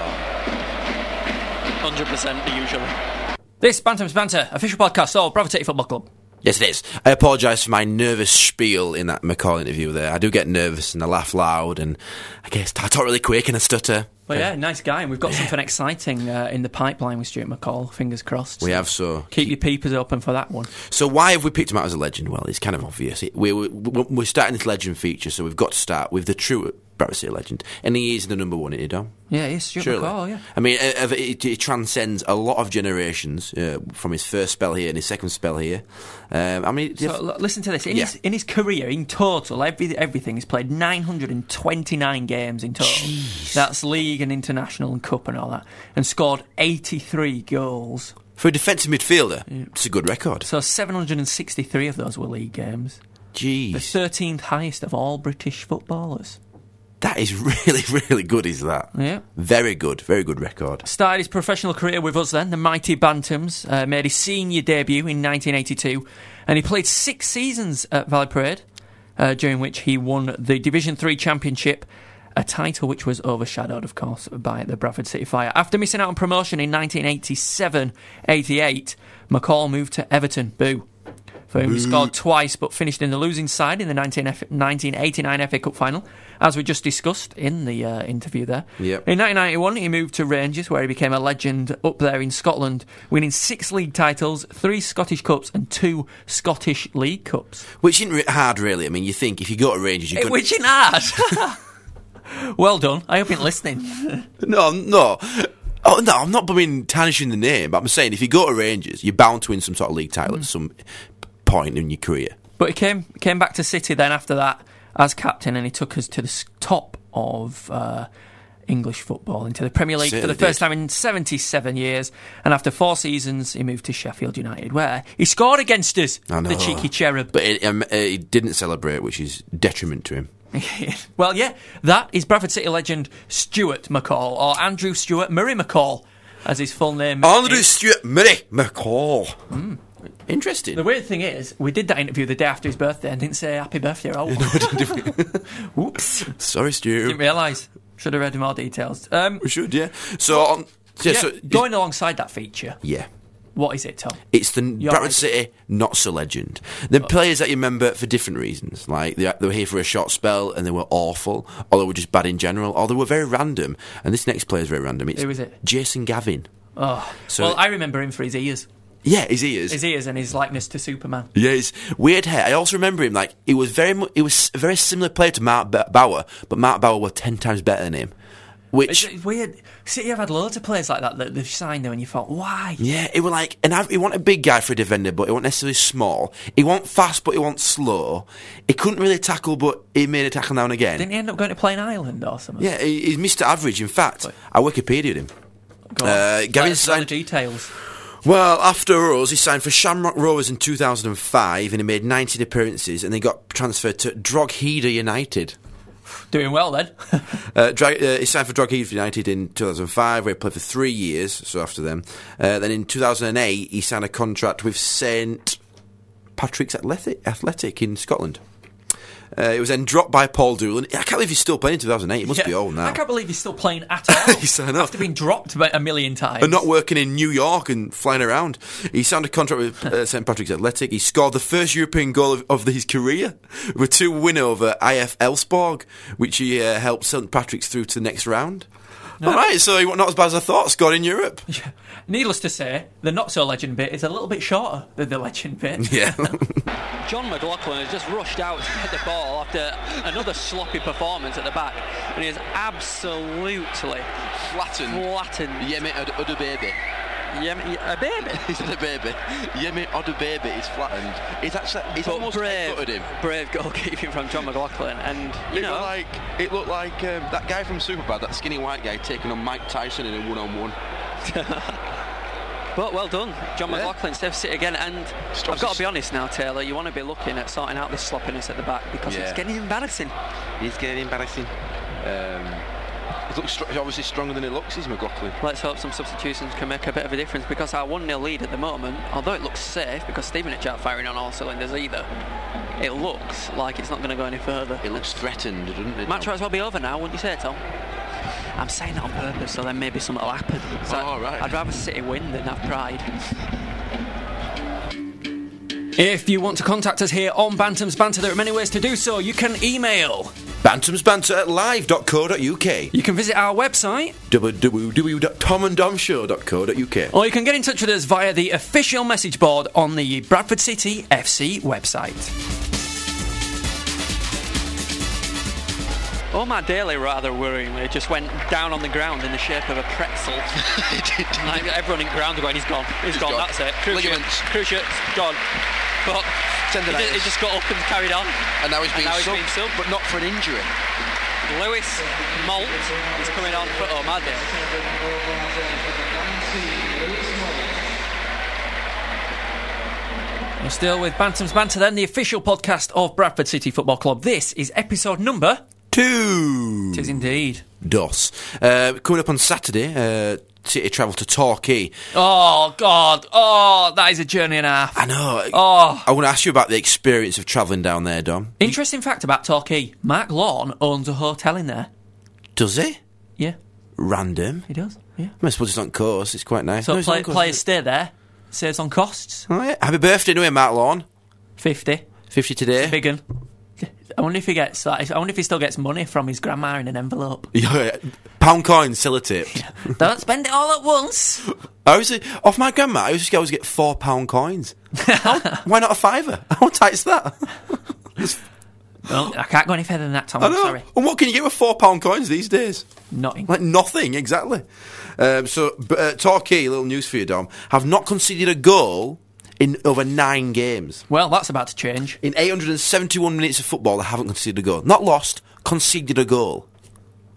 Speaker 3: 100% the usual. This Bantam's Banter, official podcast of Bravo City Football Club.
Speaker 2: Yes, it is. I apologise for my nervous spiel in that McCall interview there. I do get nervous and I laugh loud and I guess I talk really quick and I stutter.
Speaker 1: But yeah, nice guy, and we've got something exciting uh, in the pipeline with Stuart McCall. Fingers crossed.
Speaker 2: We have so.
Speaker 1: Keep your peepers open for that one.
Speaker 2: So why have we picked him out as a legend? Well, it's kind of obvious. It- we, we, we're starting this legend feature, so we've got to start with the true Bradford City legend. And he is the number one, isn't he, Dom?
Speaker 1: Yeah, yes, Stuart
Speaker 2: Surely.
Speaker 1: McCall. Yeah.
Speaker 2: I mean, uh, uh, it, it transcends a lot of generations uh, from his first spell here and his second spell here. Um, I mean,
Speaker 1: So, l- listen to this. In,
Speaker 2: Yeah.
Speaker 1: his, in his career, in total, every, everything he's played 929 games in total. That's league and international and cup and all that, and scored 83 goals.
Speaker 2: for a defensive midfielder, it's a good record.
Speaker 1: So 763 of those were league games. The
Speaker 2: Jeez,
Speaker 1: 13th highest of all British footballers.
Speaker 2: that is really, really good. Is that?
Speaker 1: Yeah.
Speaker 2: Very good, very good record.
Speaker 1: Started his professional career with us then, the Mighty Bantams. Uh, made his senior debut in 1982, and he played six seasons at Valley Parade, uh, during which he won the Division Three Championship, a title which was overshadowed, of course, by the Bradford City Fire. After missing out on promotion in 1987-88, McCall moved to Everton. Boo. For whom he scored twice but finished in the losing side in the 19 F- 1989 FA Cup final, as we just discussed in the uh, interview there.
Speaker 2: Yep.
Speaker 1: In 1991, he moved to Rangers, where he became a legend up there in Scotland, winning six league titles, three Scottish Cups, and two Scottish League Cups.
Speaker 2: Which isn't re- hard, really. I mean, you think if you go to Rangers, you're going
Speaker 1: Which in art! well done. I hope you're listening.
Speaker 2: No, no. Oh no, I'm not. I mean, tarnishing the name, but I'm saying if you go to Rangers, you're bound to win some sort of league title
Speaker 1: Mm.
Speaker 2: at some point in your career.
Speaker 1: But he came came back to City then after that as captain, and he took us to the s- top of uh, English football into the Premier League for
Speaker 2: Certainly
Speaker 1: the first
Speaker 2: did.
Speaker 1: time in 77 years. And after four seasons, he moved to Sheffield United, where he scored against us.
Speaker 2: I know.
Speaker 1: The cheeky cherub.
Speaker 2: But it, um, uh, he didn't celebrate, which is detriment to him.
Speaker 1: well, yeah, that is Bradford City legend Stuart McCall or Andrew Stuart Murray McCall, as his full name.
Speaker 2: Andrew
Speaker 1: is.
Speaker 2: Stewart Murray McCall.
Speaker 1: Mm.
Speaker 2: Interesting.
Speaker 1: The weird thing is, we did that interview the day after his birthday and didn't say happy birthday at all. Whoops.
Speaker 2: Sorry,
Speaker 1: Didn't
Speaker 2: Stu.
Speaker 1: realise. Should have read more details. Um,
Speaker 2: We should, yeah. So, on, yeah,
Speaker 1: yeah,
Speaker 2: so
Speaker 1: going alongside that feature,
Speaker 2: yeah.
Speaker 1: what is it, Tom?
Speaker 2: It's the Bradford
Speaker 1: right.
Speaker 2: City not so legend. The players that you remember for different reasons, like they, they were here for a short spell and they were awful, or they were just bad in general, or they were very random. And this next player is very random. It's
Speaker 1: Who is it?
Speaker 2: Jason Gavin.
Speaker 1: Oh,
Speaker 2: So-
Speaker 1: well, I remember him for his ears,
Speaker 2: Yeah, his ears.
Speaker 1: his ears and his likeness to Superman.
Speaker 2: Yeah, his weird hair. I also remember him like he was very mu- he was a very similar player to Mark Ba- Bauer, but Mark Bauer was ten times better than him.
Speaker 1: It's,
Speaker 2: Which
Speaker 1: it's weird. City have had loads of players like that that they've signed them, and you thought, why?
Speaker 2: yeah, it was like and I, he wasn't a big guy for a defender, but he wasn't necessarily small. He wasn't fast, but he wasn't slow. He couldn't really tackle, but he made a tackle now and again.
Speaker 1: Didn't he end up going to play in Ireland or something?
Speaker 2: Yeah, he, he's Mr. Average. In fact, I Wikipedia'd him.
Speaker 1: Go on.
Speaker 2: uh,
Speaker 1: Let
Speaker 2: Gavin
Speaker 1: us know the
Speaker 2: signed-
Speaker 1: details.
Speaker 2: Well, after us, he signed for Shamrock Rovers in 2005 and he made 19 appearances and then got transferred to Drogheda United.
Speaker 1: Doing well then.
Speaker 2: Uh, Dra- uh, he signed for Drogheda United in 2005 where he played for three years, so after them. Uh, then in 2008, he signed a contract with St. Patrick's Athletic, Athletic in Scotland. Uh, it was then dropped by Paul Doolan. I can't believe he's still playing in 2008. He must be
Speaker 1: Yeah.
Speaker 2: old now.
Speaker 1: I can't believe he's still playing at all.
Speaker 2: He's signed up.
Speaker 1: After being dropped about a million times.
Speaker 2: and not working in New York and flying around. He signed a contract with uh, St Patrick's Athletic. He scored the first European goal of, of his career with two win over IF Elsborg, which he uh, helped St Patrick's through to the next round. All right, so he was not as bad as I thought. Scored in Europe.
Speaker 1: Needless to say, the not so legend bit is a little bit shorter than the legend bit.
Speaker 2: Yeah,
Speaker 3: John McLaughlin has just rushed out to get the ball after another sloppy performance at the back, and he is absolutely
Speaker 4: Flattened.
Speaker 3: flattened.
Speaker 4: Yemi Od- Odubebe.
Speaker 3: Yem- a baby.
Speaker 4: He's a baby. Yemi Odubebe is flattened. He's actually he's
Speaker 3: But
Speaker 4: almost
Speaker 3: brave,
Speaker 4: headbutted him.
Speaker 3: brave goalkeeping from John McLaughlin, and you
Speaker 4: It
Speaker 3: know,
Speaker 4: looked like it looked like um, that guy from Superbad, that skinny white guy, taking on Mike Tyson in a one-on-one.
Speaker 3: but well done, John
Speaker 4: Yeah.
Speaker 3: McLaughlin, Steph City again. And
Speaker 4: Stops
Speaker 3: I've got
Speaker 4: us-
Speaker 3: to be honest now, Taylor, you want to be looking at sorting out this sloppiness at the back because it's
Speaker 4: Yeah.
Speaker 3: getting embarrassing.
Speaker 4: He's getting embarrassing. Um, he looks str- he's obviously stronger than he looks. He's McLaughlin.
Speaker 3: Let's hope some substitutions can make a bit of a difference because our 1 0 lead at the moment, although it looks safe because Stevenage aren't firing on all cylinders either, it looks like it's not going to go any further.
Speaker 4: It looks threatened, doesn't it?
Speaker 3: Match might as well be over now, wouldn't you say, Tom? I'm saying that on purpose, so then maybe something will happen. So
Speaker 4: Oh, all right.
Speaker 3: I'd rather City win than have pride.
Speaker 1: If you want to contact us here on Bantam's Banter, there are many ways to do so. You can email,
Speaker 2: bantamsbanter at live.co.uk,
Speaker 1: you can visit our website,
Speaker 2: www.tomanddomshow.co.uk.
Speaker 1: or you can get in touch with us via the official message board on the Bradford City FC website.
Speaker 3: Omar Daly, rather worryingly, just went down on the ground in the shape of a pretzel. like everyone in ground going, he's gone, he's gone,
Speaker 4: gone.
Speaker 3: that's it. Cruciate,
Speaker 4: Ligaments.
Speaker 3: cruciate, gone. But he
Speaker 4: Tendonitis.
Speaker 3: just, he just got up and carried on.
Speaker 4: And now he's
Speaker 3: And
Speaker 4: being
Speaker 3: now he's
Speaker 4: subbed,
Speaker 3: being subbed.
Speaker 4: but not for an injury.
Speaker 3: Lewis Malt is coming on for Omar Daly.
Speaker 1: We're still with Bantam's Banter, then, the official podcast of Bradford City Football Club. This is episode number.
Speaker 2: Two.
Speaker 1: It is indeed.
Speaker 2: Dos. Uh, coming up on Saturday, uh, City travel to Torquay.
Speaker 1: Oh, God. Oh, that is a journey and a half.
Speaker 2: I know.
Speaker 1: Oh.
Speaker 2: I want to ask you about the experience of travelling down there, Dom.
Speaker 1: Interesting fact about Torquay Mark Lawn owns a hotel in there.
Speaker 2: Does it?
Speaker 1: Yeah,
Speaker 2: Random.
Speaker 1: he does. Yeah.
Speaker 2: I suppose it's on course. It's quite nice.
Speaker 1: So
Speaker 2: No, it's
Speaker 1: play,
Speaker 2: on course,
Speaker 1: players
Speaker 2: isn't
Speaker 1: stay there, saves on costs.
Speaker 2: it? Oh, yeah. Happy birthday, anyway, Matt Lawn.
Speaker 1: 50.
Speaker 2: 50 today.
Speaker 1: Big un. I wonder if he gets that. I wonder if he still gets money from his grandma in an envelope.
Speaker 2: Yeah, Pound coin, sellotape.
Speaker 1: Don't spend it all at once.
Speaker 2: I was off my grandma. I used to always get four pound coins. How- why not a fiver? How tight's that?
Speaker 1: Well, I can't go any further than that, Tom.
Speaker 2: I
Speaker 1: I'm
Speaker 2: know.
Speaker 1: sorry.
Speaker 2: And what can you get with four pound coins these days?
Speaker 1: Nothing.
Speaker 2: Like nothing, exactly. Um, so, but, uh, Torquay, little news for you, Dom, have not conceded a goal in over nine games.
Speaker 1: Well, that's about to change.
Speaker 2: In 871 minutes of football, they haven't conceded a goal. Not lost, conceded a goal.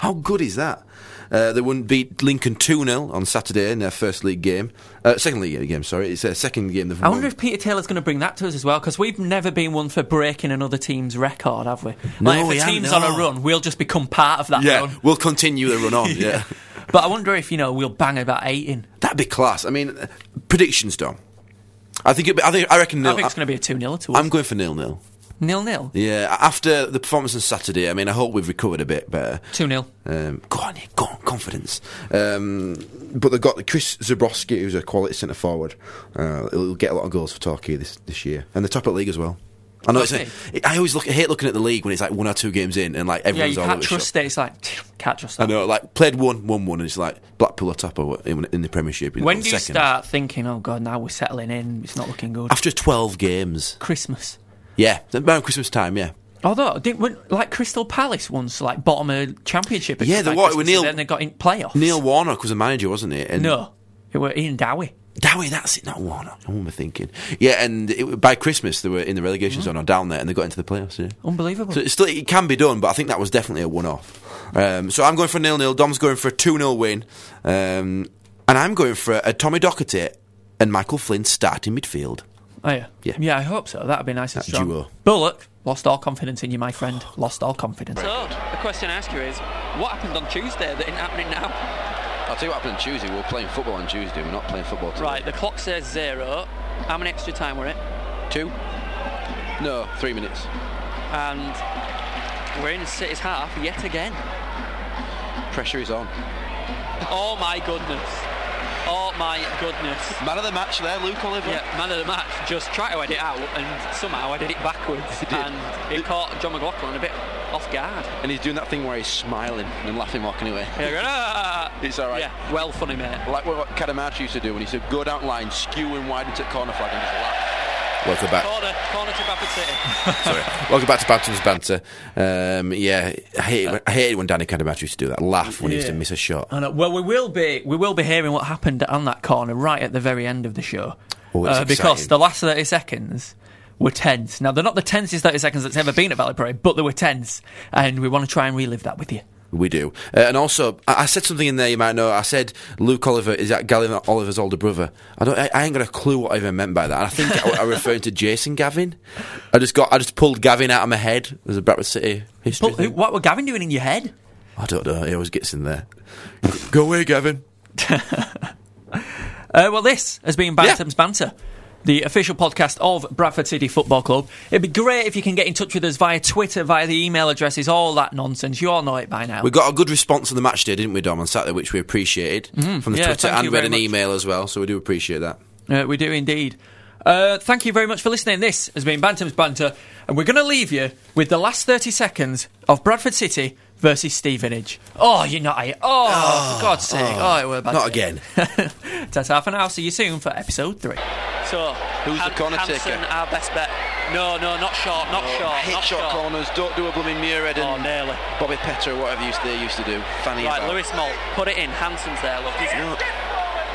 Speaker 2: How good is that? Uh, they wouldn't beat Lincoln 2 0 on Saturday in their first league game. Uh, second league game, sorry. It's their second game they've
Speaker 1: I wonder
Speaker 2: won.
Speaker 1: if Peter Taylor's going to bring that to us as well, because we've never been one for breaking another team's record, have we?
Speaker 2: No,
Speaker 1: like, if
Speaker 2: we
Speaker 1: a
Speaker 2: haven't,
Speaker 1: team's
Speaker 2: no.
Speaker 1: on a run, we'll just become part of that
Speaker 2: Yeah,
Speaker 1: run.
Speaker 2: we'll continue the run on, yeah.
Speaker 1: But I wonder if, you know, we'll bang about eight in.
Speaker 2: That'd be class. I mean, uh, predictions, Dom. I think, it'd be, I think I reckon
Speaker 1: I
Speaker 2: nil.
Speaker 1: think it's going to be a 2 0 to us.
Speaker 2: I'm going for nil nil.
Speaker 1: Nil nil.
Speaker 2: Yeah, a- after the performance on Saturday, I mean, I hope we've recovered a bit better.
Speaker 1: 2 0.
Speaker 2: Um, go on, yeah, go on, confidence. Um, but they've got Chris Zabrowski, who's a quality centre forward. Uh, he'll get a lot of goals for Torquay this, this year, and the top of the league as well. I know. It's a,
Speaker 1: Okay.
Speaker 2: it, I always look. I hate looking at the league when it's like one or two games in, and like
Speaker 1: Yeah,
Speaker 2: everyone's
Speaker 1: you
Speaker 2: all over
Speaker 1: can't
Speaker 2: the
Speaker 1: trust
Speaker 2: shop.
Speaker 1: it. It's like, can't trust that.
Speaker 2: I know, like played one, one, one, and it's like Blackpool are top or what- in, in the Premiership. In
Speaker 1: When do you
Speaker 2: second.
Speaker 1: start thinking, oh, God, now we're settling in, it's not looking good?
Speaker 2: After twelve games,
Speaker 1: Christmas.
Speaker 2: yeah, around Christmas time, yeah.
Speaker 1: Although, didn't, weren't- like Crystal Palace once, like bottom of championship. it
Speaker 2: Yeah,
Speaker 1: was
Speaker 2: they
Speaker 1: like
Speaker 2: were, it
Speaker 1: Christmas,
Speaker 2: was Neil-
Speaker 1: and then they got in playoffs.
Speaker 2: Neil Warnock was a manager, wasn't he? And
Speaker 1: no, it were Ian Dowie.
Speaker 2: Dowie, that's it, not Warnock. I remember thinking. Yeah, and it, by Christmas they were in the relegation zone or down there, and they got into the playoffs. Yeah.
Speaker 1: Unbelievable.
Speaker 2: So it's still, it can be done, but I think that was definitely a one-off. Um, so I'm going for nil-nil. Dom's going for a two-nil win, um, and I'm going for a, Tommy Docherty and Michael Flynn starting midfield.
Speaker 1: Oh, yeah.
Speaker 2: Yeah.
Speaker 1: I hope so. That'd be nice and
Speaker 2: That
Speaker 1: strong.
Speaker 2: duo.
Speaker 1: Bullock lost all confidence in you, my friend. Lost all confidence.
Speaker 3: So, the question I ask you is, what happened on Tuesday that isn't happening now?
Speaker 4: I'll tell you what happened on Tuesday. We were playing football on Tuesday. We're not playing football today.
Speaker 3: Right, the clock says zero. How many extra time were it?
Speaker 4: Two? No, three minutes.
Speaker 3: And we're in City's half yet again.
Speaker 4: Pressure is on.
Speaker 3: Oh my goodness. Oh my goodness.
Speaker 4: Man of the match there, Luke Oliver.
Speaker 3: Yeah, man of the match. Just try to edit out, and somehow I did it backwards, and it caught John McLaughlin a bit off guard.
Speaker 4: And he's doing that thing where he's smiling and laughing, walking away.
Speaker 3: Yeah, going, ah!
Speaker 4: It's all right.
Speaker 3: Yeah, well funny, mate.
Speaker 4: Like what Kadamachi used to do when he said, go down line, skew and widen to corner flag and just laugh.
Speaker 2: Welcome back.
Speaker 3: Corner, corner to Bradford City.
Speaker 2: Sorry. Welcome back to Bantam's banter. Um, yeah, I hated, when, I hated when Danny Candamacho used to do that. Laugh when he used to
Speaker 1: Yeah.
Speaker 2: miss a shot.
Speaker 1: I know. uh, Well, we will be we will be hearing what happened on that corner right at the very end of the show, Uh,
Speaker 2: Oh, it's
Speaker 1: because
Speaker 2: exciting.
Speaker 1: the last thirty seconds were tense. Now they're not the tensest thirty seconds that's ever been at Valley Parade, but they were tense, and we want to try and relive that with you.
Speaker 2: We do. Uh, and also, I, I said something in there you might know. I said Luke Oliver is that Gavin Oliver's older brother. I don't. I, I ain't got a clue what I even meant by that. And I think I, I referred to Jason Gavin. I just got. I just pulled Gavin out of my head as a Bradford City history.
Speaker 1: But who,
Speaker 2: thing.
Speaker 1: what were Gavin doing in your head?
Speaker 2: I don't know. He always gets in there. Go away, Gavin.
Speaker 1: Uh, well, this has been Bantam's Banter, the official podcast of Bradford City Football Club. It'd be great if you can get in touch with us via Twitter, via the email addresses, all that nonsense. You all know it by now.
Speaker 2: We got a good response on the match day, didn't we, Dom, on Saturday, which we appreciated from the
Speaker 1: Mm-hmm. Yeah,
Speaker 2: Twitter
Speaker 1: thank
Speaker 2: and
Speaker 1: you
Speaker 2: read
Speaker 1: very
Speaker 2: an
Speaker 1: much.
Speaker 2: email as well. So we do appreciate that.
Speaker 1: Uh, we do indeed. Uh, thank you very much for listening. This has been Bantam's Banter, and we're going to leave you with the last 30 seconds of Bradford City versus Stevenage. Oh, you're not. Oh, for God's sake. Oh, it were bad.
Speaker 2: Not again.
Speaker 1: That's half an hour. See you soon for episode three.
Speaker 3: So,
Speaker 4: Who's the corner
Speaker 3: Hansen,
Speaker 4: taker?
Speaker 3: our best bet. No, no, not short, not
Speaker 4: Oh,
Speaker 3: short,
Speaker 4: hit
Speaker 3: not
Speaker 4: shot,
Speaker 3: short.
Speaker 4: corners. Don't do a blooming Muirhead
Speaker 3: Oh,
Speaker 4: and
Speaker 3: nearly.
Speaker 4: Bobby Petter or whatever used they used to do. Fanny
Speaker 3: Right,
Speaker 4: about.
Speaker 3: Lewis Malt, put it in. Hansen's there, look. He's,
Speaker 4: Look.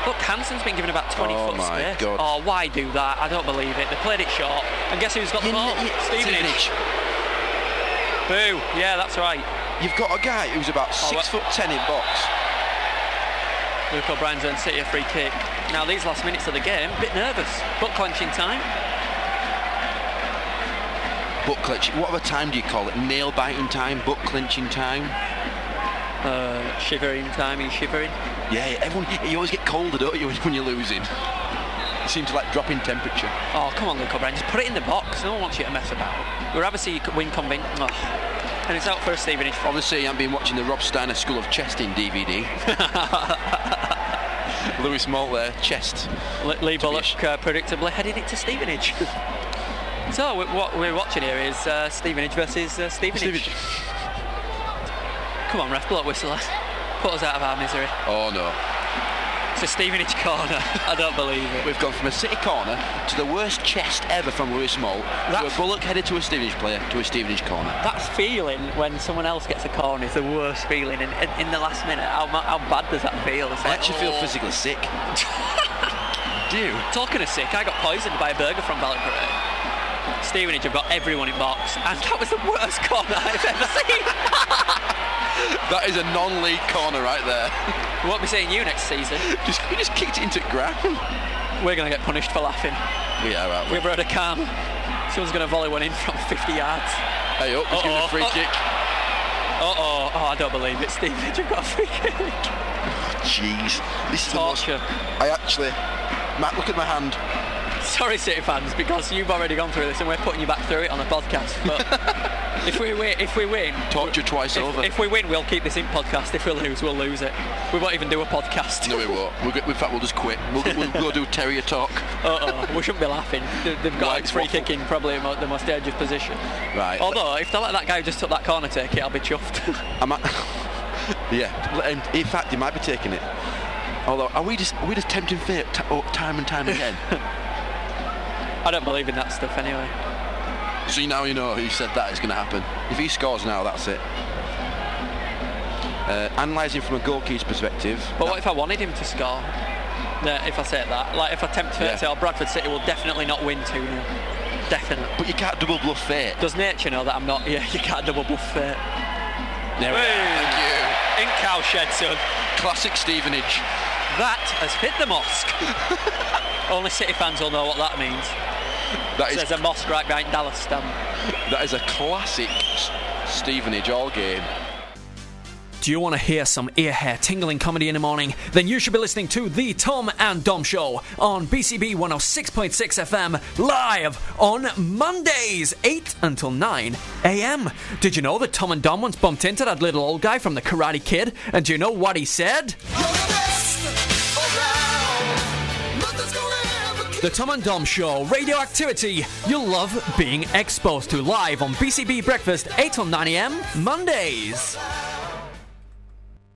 Speaker 3: Look, Hansen's been given about 20
Speaker 4: Oh
Speaker 3: foot
Speaker 4: my
Speaker 3: space.
Speaker 4: God.
Speaker 3: Oh, why do that? I don't believe it. They played it short. And guess who's got
Speaker 4: You
Speaker 3: the ball?
Speaker 4: kn- you-
Speaker 3: Stevenage. Boo. Yeah, that's right.
Speaker 4: You've got a guy who's about
Speaker 1: Oh,
Speaker 4: six foot
Speaker 3: what-
Speaker 4: ten in box.
Speaker 3: Luke O'Brien's earned City a free kick. Now, these last minutes of the game, a bit nervous, but clenching time.
Speaker 4: Butt clenching. Whatever time do you call it? Nail biting time, butt clenching time.
Speaker 3: Uh, shivering time, he's shivering.
Speaker 4: Yeah, yeah, everyone. You always get colder, don't you, when you're losing? It seems to like drop in temperature.
Speaker 3: Oh, come on, Luke O'Brien, just put it in the box. No one wants you to mess about. We're obviously win convinced. And it's out for a Stevenage.
Speaker 4: Obviously, I've been watching the Rob Steiner School of Chesting DVD. Lewis Malt there, chest.
Speaker 3: Le- Lee
Speaker 4: Tobias.
Speaker 3: Bullock uh, predictably headed it to Stevenage. so w- what we're watching here is uh, Stevenage versus uh, Stevenage.
Speaker 4: Stevenage.
Speaker 3: Come on, ref, blow a whistle. lads. Put us out of our misery.
Speaker 4: Oh no.
Speaker 1: to Stevenage corner. I don't believe it.
Speaker 2: We've gone from a city corner to the worst chest ever from Lewis Small. To
Speaker 1: That's-
Speaker 2: a bullock headed to a Stevenage player to a Stevenage corner.
Speaker 1: That feeling when someone else gets a corner is the worst feeling in, in, in the last minute. How, mu- how bad does that feel? It's
Speaker 2: I
Speaker 1: like,
Speaker 2: actually feel
Speaker 1: oh.
Speaker 2: physically sick. Do you?
Speaker 1: Talking of sick, I got poisoned by a burger from Ballingrove. Stevenage have got everyone in box, and that was the worst corner I've ever seen.
Speaker 2: That is a non-league corner right there.
Speaker 1: Won't be seeing you next season.
Speaker 2: Just, we just kicked it into ground.
Speaker 1: We're going to get punished for laughing.
Speaker 2: We are, aren't we?
Speaker 1: We've rode a calm. Someone's going to volley one in from 50 yards.
Speaker 2: Hey, up, he's giving a
Speaker 1: Uh-oh.
Speaker 2: free
Speaker 1: Uh-
Speaker 2: kick.
Speaker 1: Uh oh, oh, I don't believe it. Stevenage have got a free kick.
Speaker 2: Jeez, this is
Speaker 1: Torture.
Speaker 2: the most... I actually... Matt, look at my hand.
Speaker 1: Sorry, City fans, because you've already gone through this and we're putting you back through it on the podcast. But if we win, if we win,
Speaker 2: Torture twice
Speaker 1: if,
Speaker 2: over.
Speaker 1: if we win, we'll keep this in podcast. If we lose, we'll lose it. We won't even do a podcast.
Speaker 2: No, we won't. We'll, go- in fact, we'll just quit. We'll, go- we'll go do terrier talk.
Speaker 1: Uh oh, we shouldn't be laughing. They- They've got
Speaker 2: Like
Speaker 1: like free
Speaker 2: waffle.
Speaker 1: kicking, probably mo- the most dangerous position.
Speaker 2: Right.
Speaker 1: Although, if they let that guy who just took that corner take it, I'll be chuffed.
Speaker 2: Am I... yeah. let him- In fact, he might be taking it. Although, are we just are we just tempting fate t- oh, time and time again?
Speaker 1: I don't believe in that stuff anyway.
Speaker 2: so now you know who said that is going to happen. If he scores now, that's it. Uh, analysing from a goalkeeper's perspective,
Speaker 1: But what if I wanted him to score? No, if I say that, like if I tempt fate,
Speaker 2: Yeah.
Speaker 1: to say, oh, Bradford City will definitely not win 2 0. Definitely.
Speaker 2: but you can't double bluff fate.
Speaker 1: Does nature know that I'm not? Yeah, you can't double bluff fate.
Speaker 2: There we are. Thank you.
Speaker 1: In cowshed, son.
Speaker 2: Classic Stevenage.
Speaker 1: That has hit the mosque. Only City fans will know what that means.
Speaker 2: That is
Speaker 1: There's a mosque right behind Dallas stand.
Speaker 2: that is a classic S- Stevenage all game.
Speaker 10: Do you want to hear some ear hair tingling comedy in the morning? Then you should be listening to The Tom and Dom Show on BCB 106.6 FM live on Mondays, 8 until 9 a.m. Did you know that Tom and Dom once bumped into that little old guy from The Karate Kid? And do you know what he said? The Tom and Dom Show, radioactivity you'll love being exposed to live on BCB Breakfast, 8 till 9 a.m. Mondays.